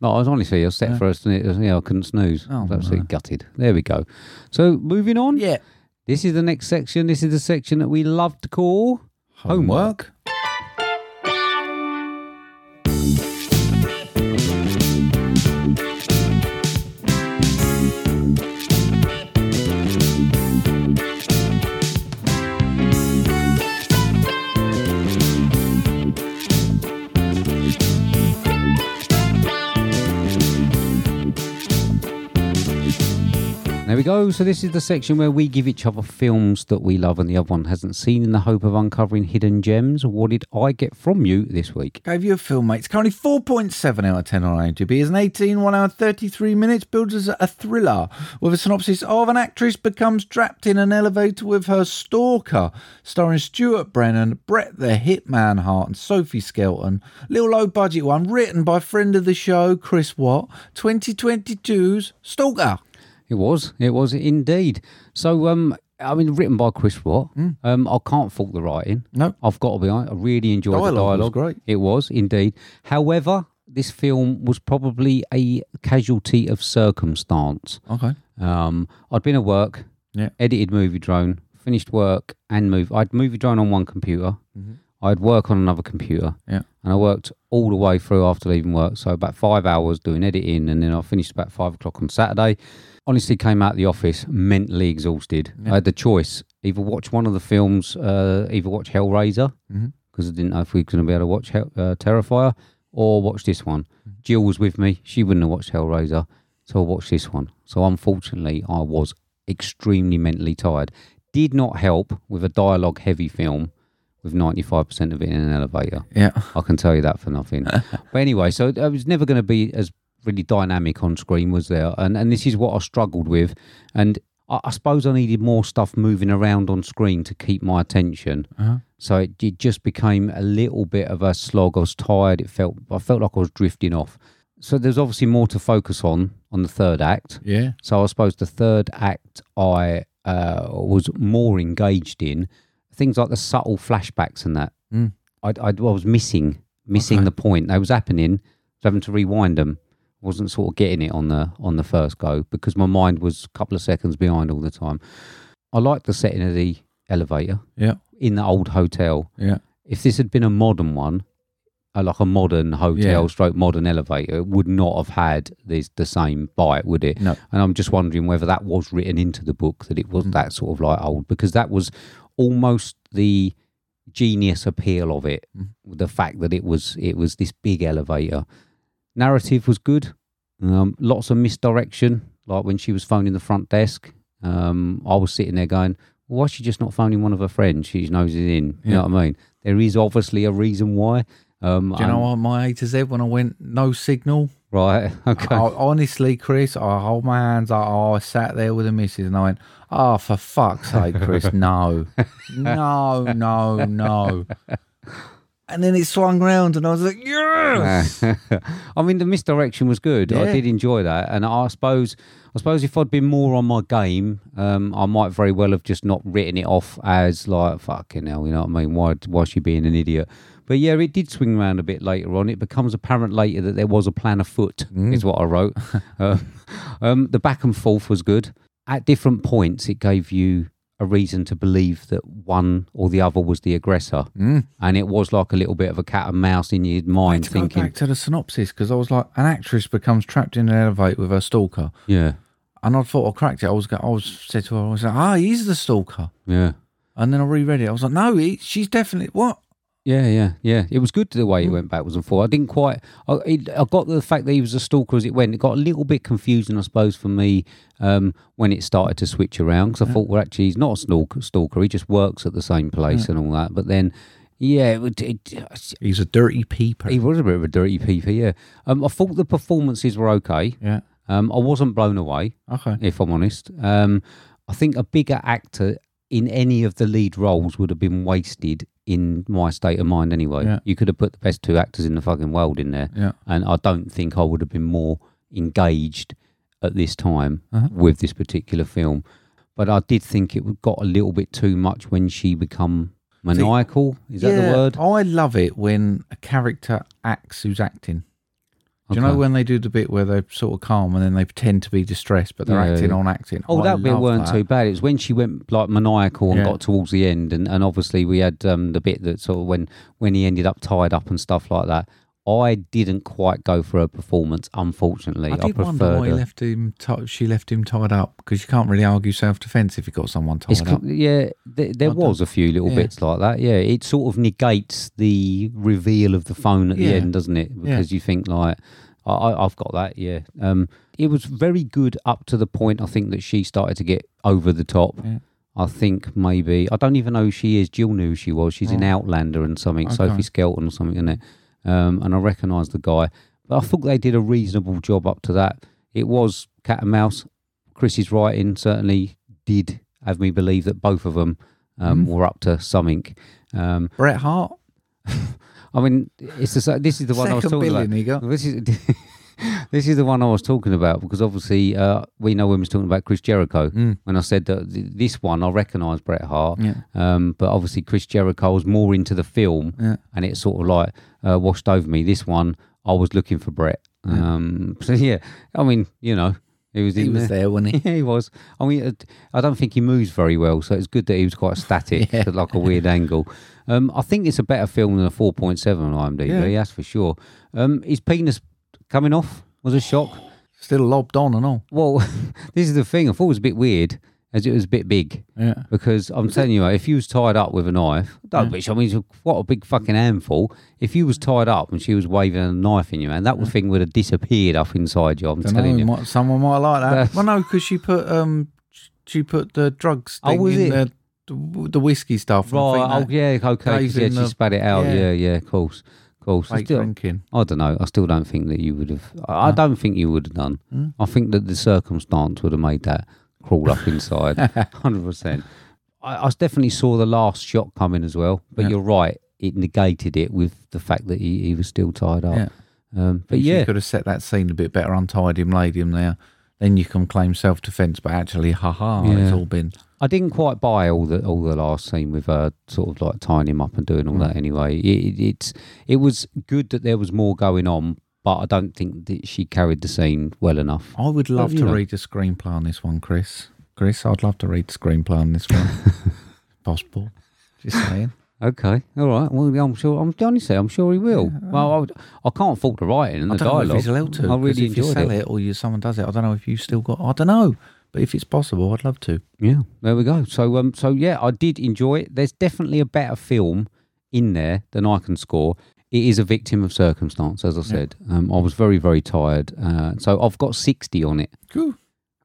Speaker 2: No, I was honestly, I was set for a sne- Yeah, I couldn't snooze. I
Speaker 1: Oh,
Speaker 2: was absolutely gutted. There we go. So moving on.
Speaker 1: Yeah.
Speaker 2: This is the next section. This is the section that we love to call homework. There we we go. So this is the section where we give each other films that we love and the other one hasn't seen in the hope of uncovering hidden gems. What did I get from you this week?
Speaker 1: Gave you a film, mate. It's currently 4.7 out of 10 on IMDb. It's an 18, 1 hour, 33 minutes, builds as a thriller with a synopsis of an actress becomes trapped in an elevator with her stalker, starring Stuart Brennan, Brett the Hitman Hart, and Sophie Skelton. Little low budget one, written by friend of the show, Chris Watt, 2022's Stalker.
Speaker 2: It was. It was indeed. So, um, I mean, written by Chris Watt.
Speaker 1: Mm.
Speaker 2: Um, I can't fault the writing.
Speaker 1: No,
Speaker 2: I've got to be honest. I really enjoyed the
Speaker 1: Dialogue was
Speaker 2: dialogue.
Speaker 1: great.
Speaker 2: It was indeed. However, this film was probably a casualty of circumstance.
Speaker 1: Okay.
Speaker 2: Um, I'd been at work,
Speaker 1: Yeah.
Speaker 2: edited Movie Drone, finished work and move. I'd Movie Drone on one computer. I'd work on another computer.
Speaker 1: Yeah.
Speaker 2: And I worked all the way through after leaving work. So about five hours doing editing. And then I finished about five o'clock on Saturday. Honestly, came out of the office mentally exhausted. I had the choice either watch one of the films, uh, either watch Hellraiser, because I didn't know if we were going to be able to watch Hell, uh, Terrifier, or watch this one. Jill was with me. She wouldn't have watched Hellraiser. So I watched this one. So unfortunately, I was extremely mentally tired. Did not help with a dialogue heavy film with 95% of it in an elevator.
Speaker 1: Yeah.
Speaker 2: I can tell you that for nothing. but anyway, so it was never going to be as really dynamic on screen, was there? And and this is what I struggled with. And I, I suppose I needed more stuff moving around on screen to keep my attention. So it, it just became a little bit of a slog. I was tired. It felt I felt like I was drifting off. So there's obviously more to focus on on the third act.
Speaker 1: Yeah.
Speaker 2: So I suppose the third act I uh, was more engaged in things like the subtle flashbacks and that.
Speaker 1: Mm.
Speaker 2: I, I, I was missing missing the point. They was happening. I was having to rewind them. Wasn't sort of getting it on the on the first go because my mind was a couple of seconds behind all the time. I liked the setting of the elevator
Speaker 1: Yeah.
Speaker 2: in the old hotel.
Speaker 1: Yeah.
Speaker 2: If this had been a modern one, uh, like a modern hotel
Speaker 1: Yeah.
Speaker 2: stroke modern elevator, it would not have had this, the same bite, would it?
Speaker 1: No. Mm.
Speaker 2: And I'm just wondering whether that was written into the book that it was that sort of like old because that was almost the genius appeal of it,
Speaker 1: Mm.
Speaker 2: the fact that it was it was this big elevator. Narrative was good. Um, lots of misdirection, like when she was phoning the front desk. Um, I was sitting there going, "Why is she just not phoning one of her friends? She's nosing in." You know what I mean? There is obviously a reason why. Um,
Speaker 1: Do you know
Speaker 2: and-
Speaker 1: what? My A to Z when I went no signal.
Speaker 2: Right. Okay.
Speaker 1: I, honestly, Chris, I hold my hands up. I sat there with the missus and I went, oh, for fuck's sake, Chris, no. No, no, no. And then it swung round and I was like, yes!
Speaker 2: I mean, the misdirection was good. I
Speaker 1: Yeah.
Speaker 2: did enjoy that, and I suppose, I suppose if I'd been more on my game, um, I might very well have just not written it off as like fucking hell. You know what I mean? Why, why is she being an idiot? But yeah, it did swing around a bit later on. It becomes apparent later that there was a plan afoot,
Speaker 1: Mm.
Speaker 2: is what I wrote. uh, um, the back and forth was good. At different points, it gave you a reason to believe that one or the other was the aggressor. And it was like a little bit of a cat and mouse in your mind
Speaker 1: Go
Speaker 2: thinking,
Speaker 1: back Mm. to the synopsis because I was like, an actress becomes trapped in an elevator with her stalker.
Speaker 2: yeah,
Speaker 1: And I thought I cracked it. I was, go- I was said to her, I was like, ah, he's the stalker.
Speaker 2: yeah.
Speaker 1: And then I reread it. I was like, no, he, she's definitely, what?
Speaker 2: Yeah, yeah, yeah. It was good the way it went backwards and forwards. I didn't quite. I, it, I got the fact that he was a stalker as it went. It got a little bit confusing, I suppose, for me um, when it started to switch around because I thought, well, actually, he's not a stalker. Stalker. He just works at the same place and all that. But then, yeah, it, would- it,
Speaker 1: He's a dirty peeper.
Speaker 2: he was a bit of a dirty peeper. Yeah, um, I thought the performances were okay.
Speaker 1: yeah.
Speaker 2: Um, I wasn't blown away,
Speaker 1: Okay.
Speaker 2: if I'm honest. Um, I think a bigger actor in any of the lead roles would have been wasted in my state of mind anyway.
Speaker 1: Yeah.
Speaker 2: You could have put the best two actors in the fucking world in there.
Speaker 1: Yeah.
Speaker 2: And I don't think I would have been more engaged at this time
Speaker 1: Uh-huh.
Speaker 2: with this particular film. But I did think it got a little bit too much when she become maniacal. Is that the word?
Speaker 1: Oh, I love it when a character acts who's acting. Do you
Speaker 2: Okay.
Speaker 1: know when they do the bit where they're sort of calm and then they pretend to be distressed, but they're
Speaker 2: Yeah,
Speaker 1: acting
Speaker 2: yeah.
Speaker 1: on acting?
Speaker 2: Oh,
Speaker 1: I
Speaker 2: that bit
Speaker 1: love
Speaker 2: weren't
Speaker 1: that.
Speaker 2: too bad. It was when she went like maniacal and
Speaker 1: Yeah.
Speaker 2: got towards the end, and, and obviously we had um, the bit that sort of when when he ended up tied up and stuff like that. I didn't quite go for her performance, unfortunately.
Speaker 1: I did wonder
Speaker 2: preferred
Speaker 1: why he
Speaker 2: her-
Speaker 1: left him. T- she left him tied up because you can't really argue self-defense if you've got someone tied
Speaker 2: It's,
Speaker 1: up.
Speaker 2: co- yeah, th- there
Speaker 1: I don't-
Speaker 2: was a few little
Speaker 1: yeah.
Speaker 2: bits like that. Yeah, it sort of negates the reveal of the phone at
Speaker 1: Yeah.
Speaker 2: the end, doesn't it?
Speaker 1: Yeah.
Speaker 2: Because you think like, I, I, I've got that. Yeah. Um, it was very good up to the point I think that she started to get over the top. I think maybe I don't even know who she is. Jill knew who she was. She's in
Speaker 1: Right.
Speaker 2: Outlander and
Speaker 1: Oh.
Speaker 2: something.
Speaker 1: Okay.
Speaker 2: Sophie Skelton or something in it. Um, and I recognised the guy, but I thought they did a reasonable job up to that. It was cat and mouse. Chris's writing certainly did have me believe that both of them um,
Speaker 1: Mm.
Speaker 2: were up to something. Um,
Speaker 1: Bret Hart.
Speaker 2: I mean, it's the, sa- this is the one I was
Speaker 1: Second
Speaker 2: talking
Speaker 1: billion
Speaker 2: about.
Speaker 1: he got.
Speaker 2: This is this is the one I was talking about because obviously uh, we know when we was talking about Chris Jericho.
Speaker 1: Mm.
Speaker 2: When I said that th- this one, I recognise Bret Hart,
Speaker 1: Yeah.
Speaker 2: um, but obviously Chris Jericho was more into the film,
Speaker 1: Yeah.
Speaker 2: and it sort of like uh, washed over me. This one, I was looking for Bret. Um, so yeah, I mean, you know, he was
Speaker 1: He
Speaker 2: in
Speaker 1: was there, wasn't he?
Speaker 2: Yeah, he was. I mean, uh, I don't think he moves very well, so it's good that he was quite static at like a weird angle. Um, I think it's a better film than a 4.7 on IMDb,
Speaker 1: Yeah.
Speaker 2: that's for sure. Um, his penis coming off was a shock.
Speaker 1: Still lobbed on and all.
Speaker 2: Well, this is the thing. I thought it was a bit weird, as it was a bit big.
Speaker 1: Yeah.
Speaker 2: Because I'm telling you, if you was tied up with a knife, don't which I mean, it's what a big fucking handful. If you was tied up and she was waving a knife in you, man, that would thing would have disappeared up inside you. I'm
Speaker 1: Dunno,
Speaker 2: telling you.
Speaker 1: might- someone might like that.
Speaker 2: That's-
Speaker 1: well, no, because she put um, sh- she put the drugs
Speaker 2: Oh,
Speaker 1: thing
Speaker 2: was
Speaker 1: in
Speaker 2: it?
Speaker 1: the the whiskey stuff. and I
Speaker 2: Right. Oh,
Speaker 1: think that
Speaker 2: yeah. Okay. 'cause,
Speaker 1: gave
Speaker 2: Yeah,
Speaker 1: him
Speaker 2: she
Speaker 1: the-
Speaker 2: spat it out. Yeah. Yeah. of course. Of course. I
Speaker 1: Fake drinking.
Speaker 2: I don't know. I still don't think that you would have. I, I don't think you would have done.
Speaker 1: Hmm?
Speaker 2: I think that the circumstance would have made that crawl up inside. Hundred percent. I, I definitely saw the last shot coming as well. But
Speaker 1: Yeah.
Speaker 2: you're right. It negated it with the fact that he, he was still tied up.
Speaker 1: Yeah.
Speaker 2: Um, but
Speaker 1: she
Speaker 2: yeah,
Speaker 1: could have set that scene a bit better, untied him, laid him there. Then you can claim self defence, but actually, haha, ha, it's
Speaker 2: Yeah.
Speaker 1: all been.
Speaker 2: I didn't quite buy all the all the last scene with her sort of like tying him up and doing all that. Anyway, it, it- it's it was good that there was more going on, but I don't think that she carried the scene well enough.
Speaker 1: I would love
Speaker 2: you
Speaker 1: to
Speaker 2: know.
Speaker 1: read a screenplay on this one, Chris. Chris, I'd love to read a screenplay on this one. Possible. Just saying.
Speaker 2: Okay, all right. Well, I'm sure. I'm honestly, I'm sure he will. well, I, would, I can't fault the writing and
Speaker 1: I
Speaker 2: the
Speaker 1: don't know if
Speaker 2: dialogue.
Speaker 1: he's allowed to.
Speaker 2: I
Speaker 1: 'cause
Speaker 2: really
Speaker 1: if you
Speaker 2: enjoyed
Speaker 1: sell
Speaker 2: it.
Speaker 1: it, or you, someone does it. I don't know if you've still got. I don't know, but if it's possible, I'd love to.
Speaker 2: Yeah, there we go. So, um, so yeah, I did enjoy it. There's definitely a better film in there than I can score. It is a victim of circumstance, as I said. Um, I was very, very tired. Uh, so I've got 60 on it,
Speaker 1: Cool.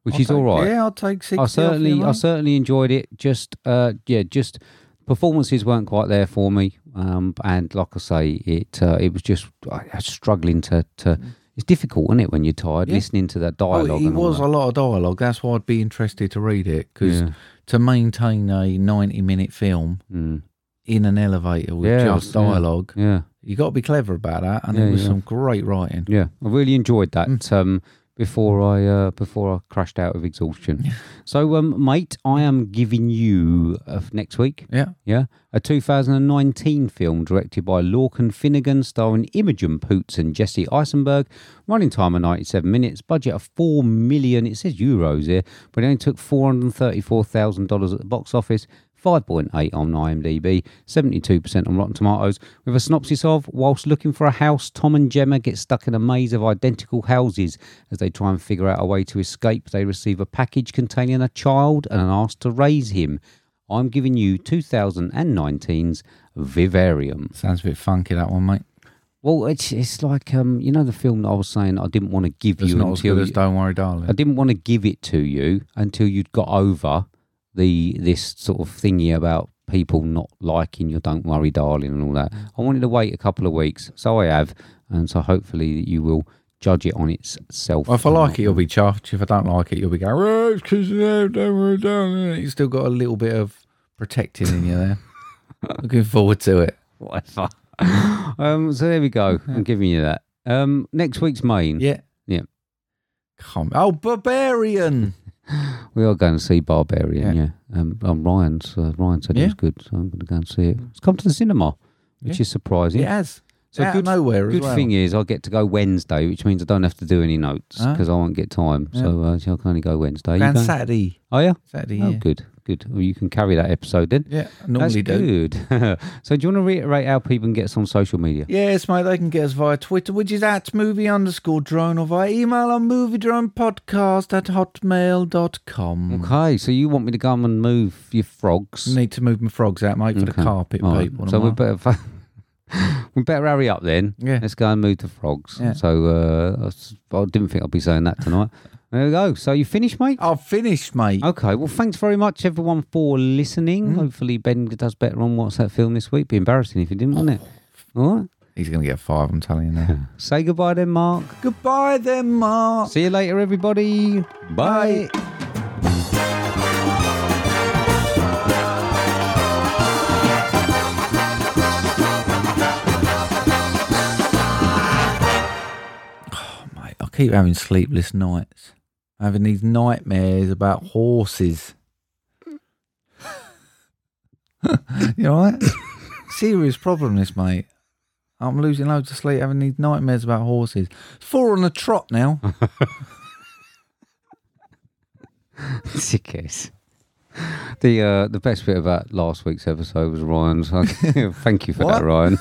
Speaker 2: which
Speaker 1: I'll
Speaker 2: is all
Speaker 1: take-
Speaker 2: right.
Speaker 1: Yeah, I'll take sixty.
Speaker 2: I
Speaker 1: off you,
Speaker 2: certainly, I
Speaker 1: mate.
Speaker 2: certainly enjoyed it. Just, uh, yeah, just performances weren't quite there for me. Um, and like I say, it uh, it was just I I was struggling to to. It's difficult, isn't it, when you're tired,
Speaker 1: Mm. Yeah.
Speaker 2: listening to that
Speaker 1: Oh,
Speaker 2: dialogue.
Speaker 1: it
Speaker 2: and all
Speaker 1: was
Speaker 2: that.
Speaker 1: a lot of dialogue. That's why I'd be interested to read it because
Speaker 2: Yeah.
Speaker 1: to maintain a ninety-minute film
Speaker 2: Mm.
Speaker 1: in an elevator with
Speaker 2: Yeah, it
Speaker 1: just
Speaker 2: was- yeah,
Speaker 1: dialogue,
Speaker 2: yeah.
Speaker 1: you got to be clever about that. And
Speaker 2: Yeah,
Speaker 1: there was
Speaker 2: yeah.
Speaker 1: some great writing.
Speaker 2: Yeah, I really enjoyed that. Um, before I uh, before I crashed out of exhaustion. so, um, mate, I am giving you uh, next week.
Speaker 1: Yeah.
Speaker 2: Yeah, a 2019 film directed by Lorcan Finnegan, starring Imogen Poots and Jesse Eisenberg. Running time of 97 minutes, budget of four million. It says euros here, but it only took 434 thousand dollars at the box office. 5.8 on IMDb, 72% on Rotten Tomatoes, with a synopsis of Whilst looking for a house, Tom and Gemma get stuck in a maze of identical houses. As they try and figure out a way to escape, they receive a package containing a child and are asked to raise him. I'm giving you 2019's Vivarium.
Speaker 1: Sounds a bit funky that one, mate.
Speaker 2: Well, it's it's like um, you know the film that I was saying I didn't want to give
Speaker 1: It's
Speaker 2: you
Speaker 1: not as
Speaker 2: until
Speaker 1: good as
Speaker 2: you-
Speaker 1: Don't Worry, Darling.
Speaker 2: I didn't want to give it to you until you'd got over the this sort of thingy about people not liking your "Don't Worry, Darling" and all that.
Speaker 1: Mm.
Speaker 2: I wanted to wait a couple of weeks, so I have, and so hopefully that you will judge it on itself.
Speaker 1: Well, if I
Speaker 2: and
Speaker 1: like
Speaker 2: not
Speaker 1: it, you'll be chuffed. If I don't like it, you'll be going, oh, it's 'cause you know, don't worry, darling." You've still got a little bit of protecting in you there. Looking forward to it.
Speaker 2: whatever. um, so there we go. I'm giving you that. Um, next week's main.
Speaker 1: Yeah.
Speaker 2: Yeah.
Speaker 1: Come. Oh, Barbarian.
Speaker 2: We are going to see Barbarian,
Speaker 1: Yeah.
Speaker 2: yeah. Um, um, Ryan's, uh, Ryan said
Speaker 1: Yeah.
Speaker 2: it was good, so I'm going to go and see it. It's come to the cinema, which
Speaker 1: Yeah.
Speaker 2: is surprising.
Speaker 1: It has.
Speaker 2: So
Speaker 1: Out of
Speaker 2: good,
Speaker 1: nowhere as
Speaker 2: Good
Speaker 1: well.
Speaker 2: thing is, I get to go Wednesday, which means I don't have to do any notes
Speaker 1: Ah.
Speaker 2: because I won't get time. So, uh, so I can only go Wednesday. You
Speaker 1: And
Speaker 2: going?
Speaker 1: Saturday.
Speaker 2: Oh yeah,
Speaker 1: Saturday,
Speaker 2: Oh,
Speaker 1: yeah.
Speaker 2: good, good. Well, you can carry that episode then.
Speaker 1: Yeah, I normally
Speaker 2: That's
Speaker 1: do.
Speaker 2: good. so, do you want to reiterate how people can get us on social media?
Speaker 1: Yes, mate, they can get us via Twitter, which is at movie underscore drone, or via email on movie drone podcast at hotmail.com.
Speaker 2: Okay, so you want me to come and move your frogs?
Speaker 1: Need to move my frogs out, mate, for the
Speaker 2: Okay.
Speaker 1: carpet
Speaker 2: All right.
Speaker 1: people.
Speaker 2: So we
Speaker 1: and
Speaker 2: better. Fa- We better hurry up then.
Speaker 1: Yeah.
Speaker 2: Let's go and move the frogs.
Speaker 1: Yeah.
Speaker 2: So uh, I s- I didn't think I'd be saying that tonight. There we go. So you finished, mate?
Speaker 1: I've finished, mate.
Speaker 2: Okay. Well, thanks very much, everyone, for
Speaker 1: Mm.
Speaker 2: listening. Hopefully, Ben does better on What's That Film this week. Be embarrassing if he didn't, wouldn't it? All right.
Speaker 1: He's going to get five, I'm telling you now.
Speaker 2: Say goodbye then, Mark.
Speaker 1: Goodbye then, Mark.
Speaker 2: See you later, everybody. Bye.
Speaker 1: Oh, I keep having sleepless nights, having these nightmares about horses. you all right? Serious problem, this mate. I'm losing loads of sleep, having these nightmares about horses. Four on the trot now.
Speaker 2: Sickers. The uh, the best bit about last week's episode was Ryan's. Thank you for that,
Speaker 1: What?
Speaker 2: Ryan.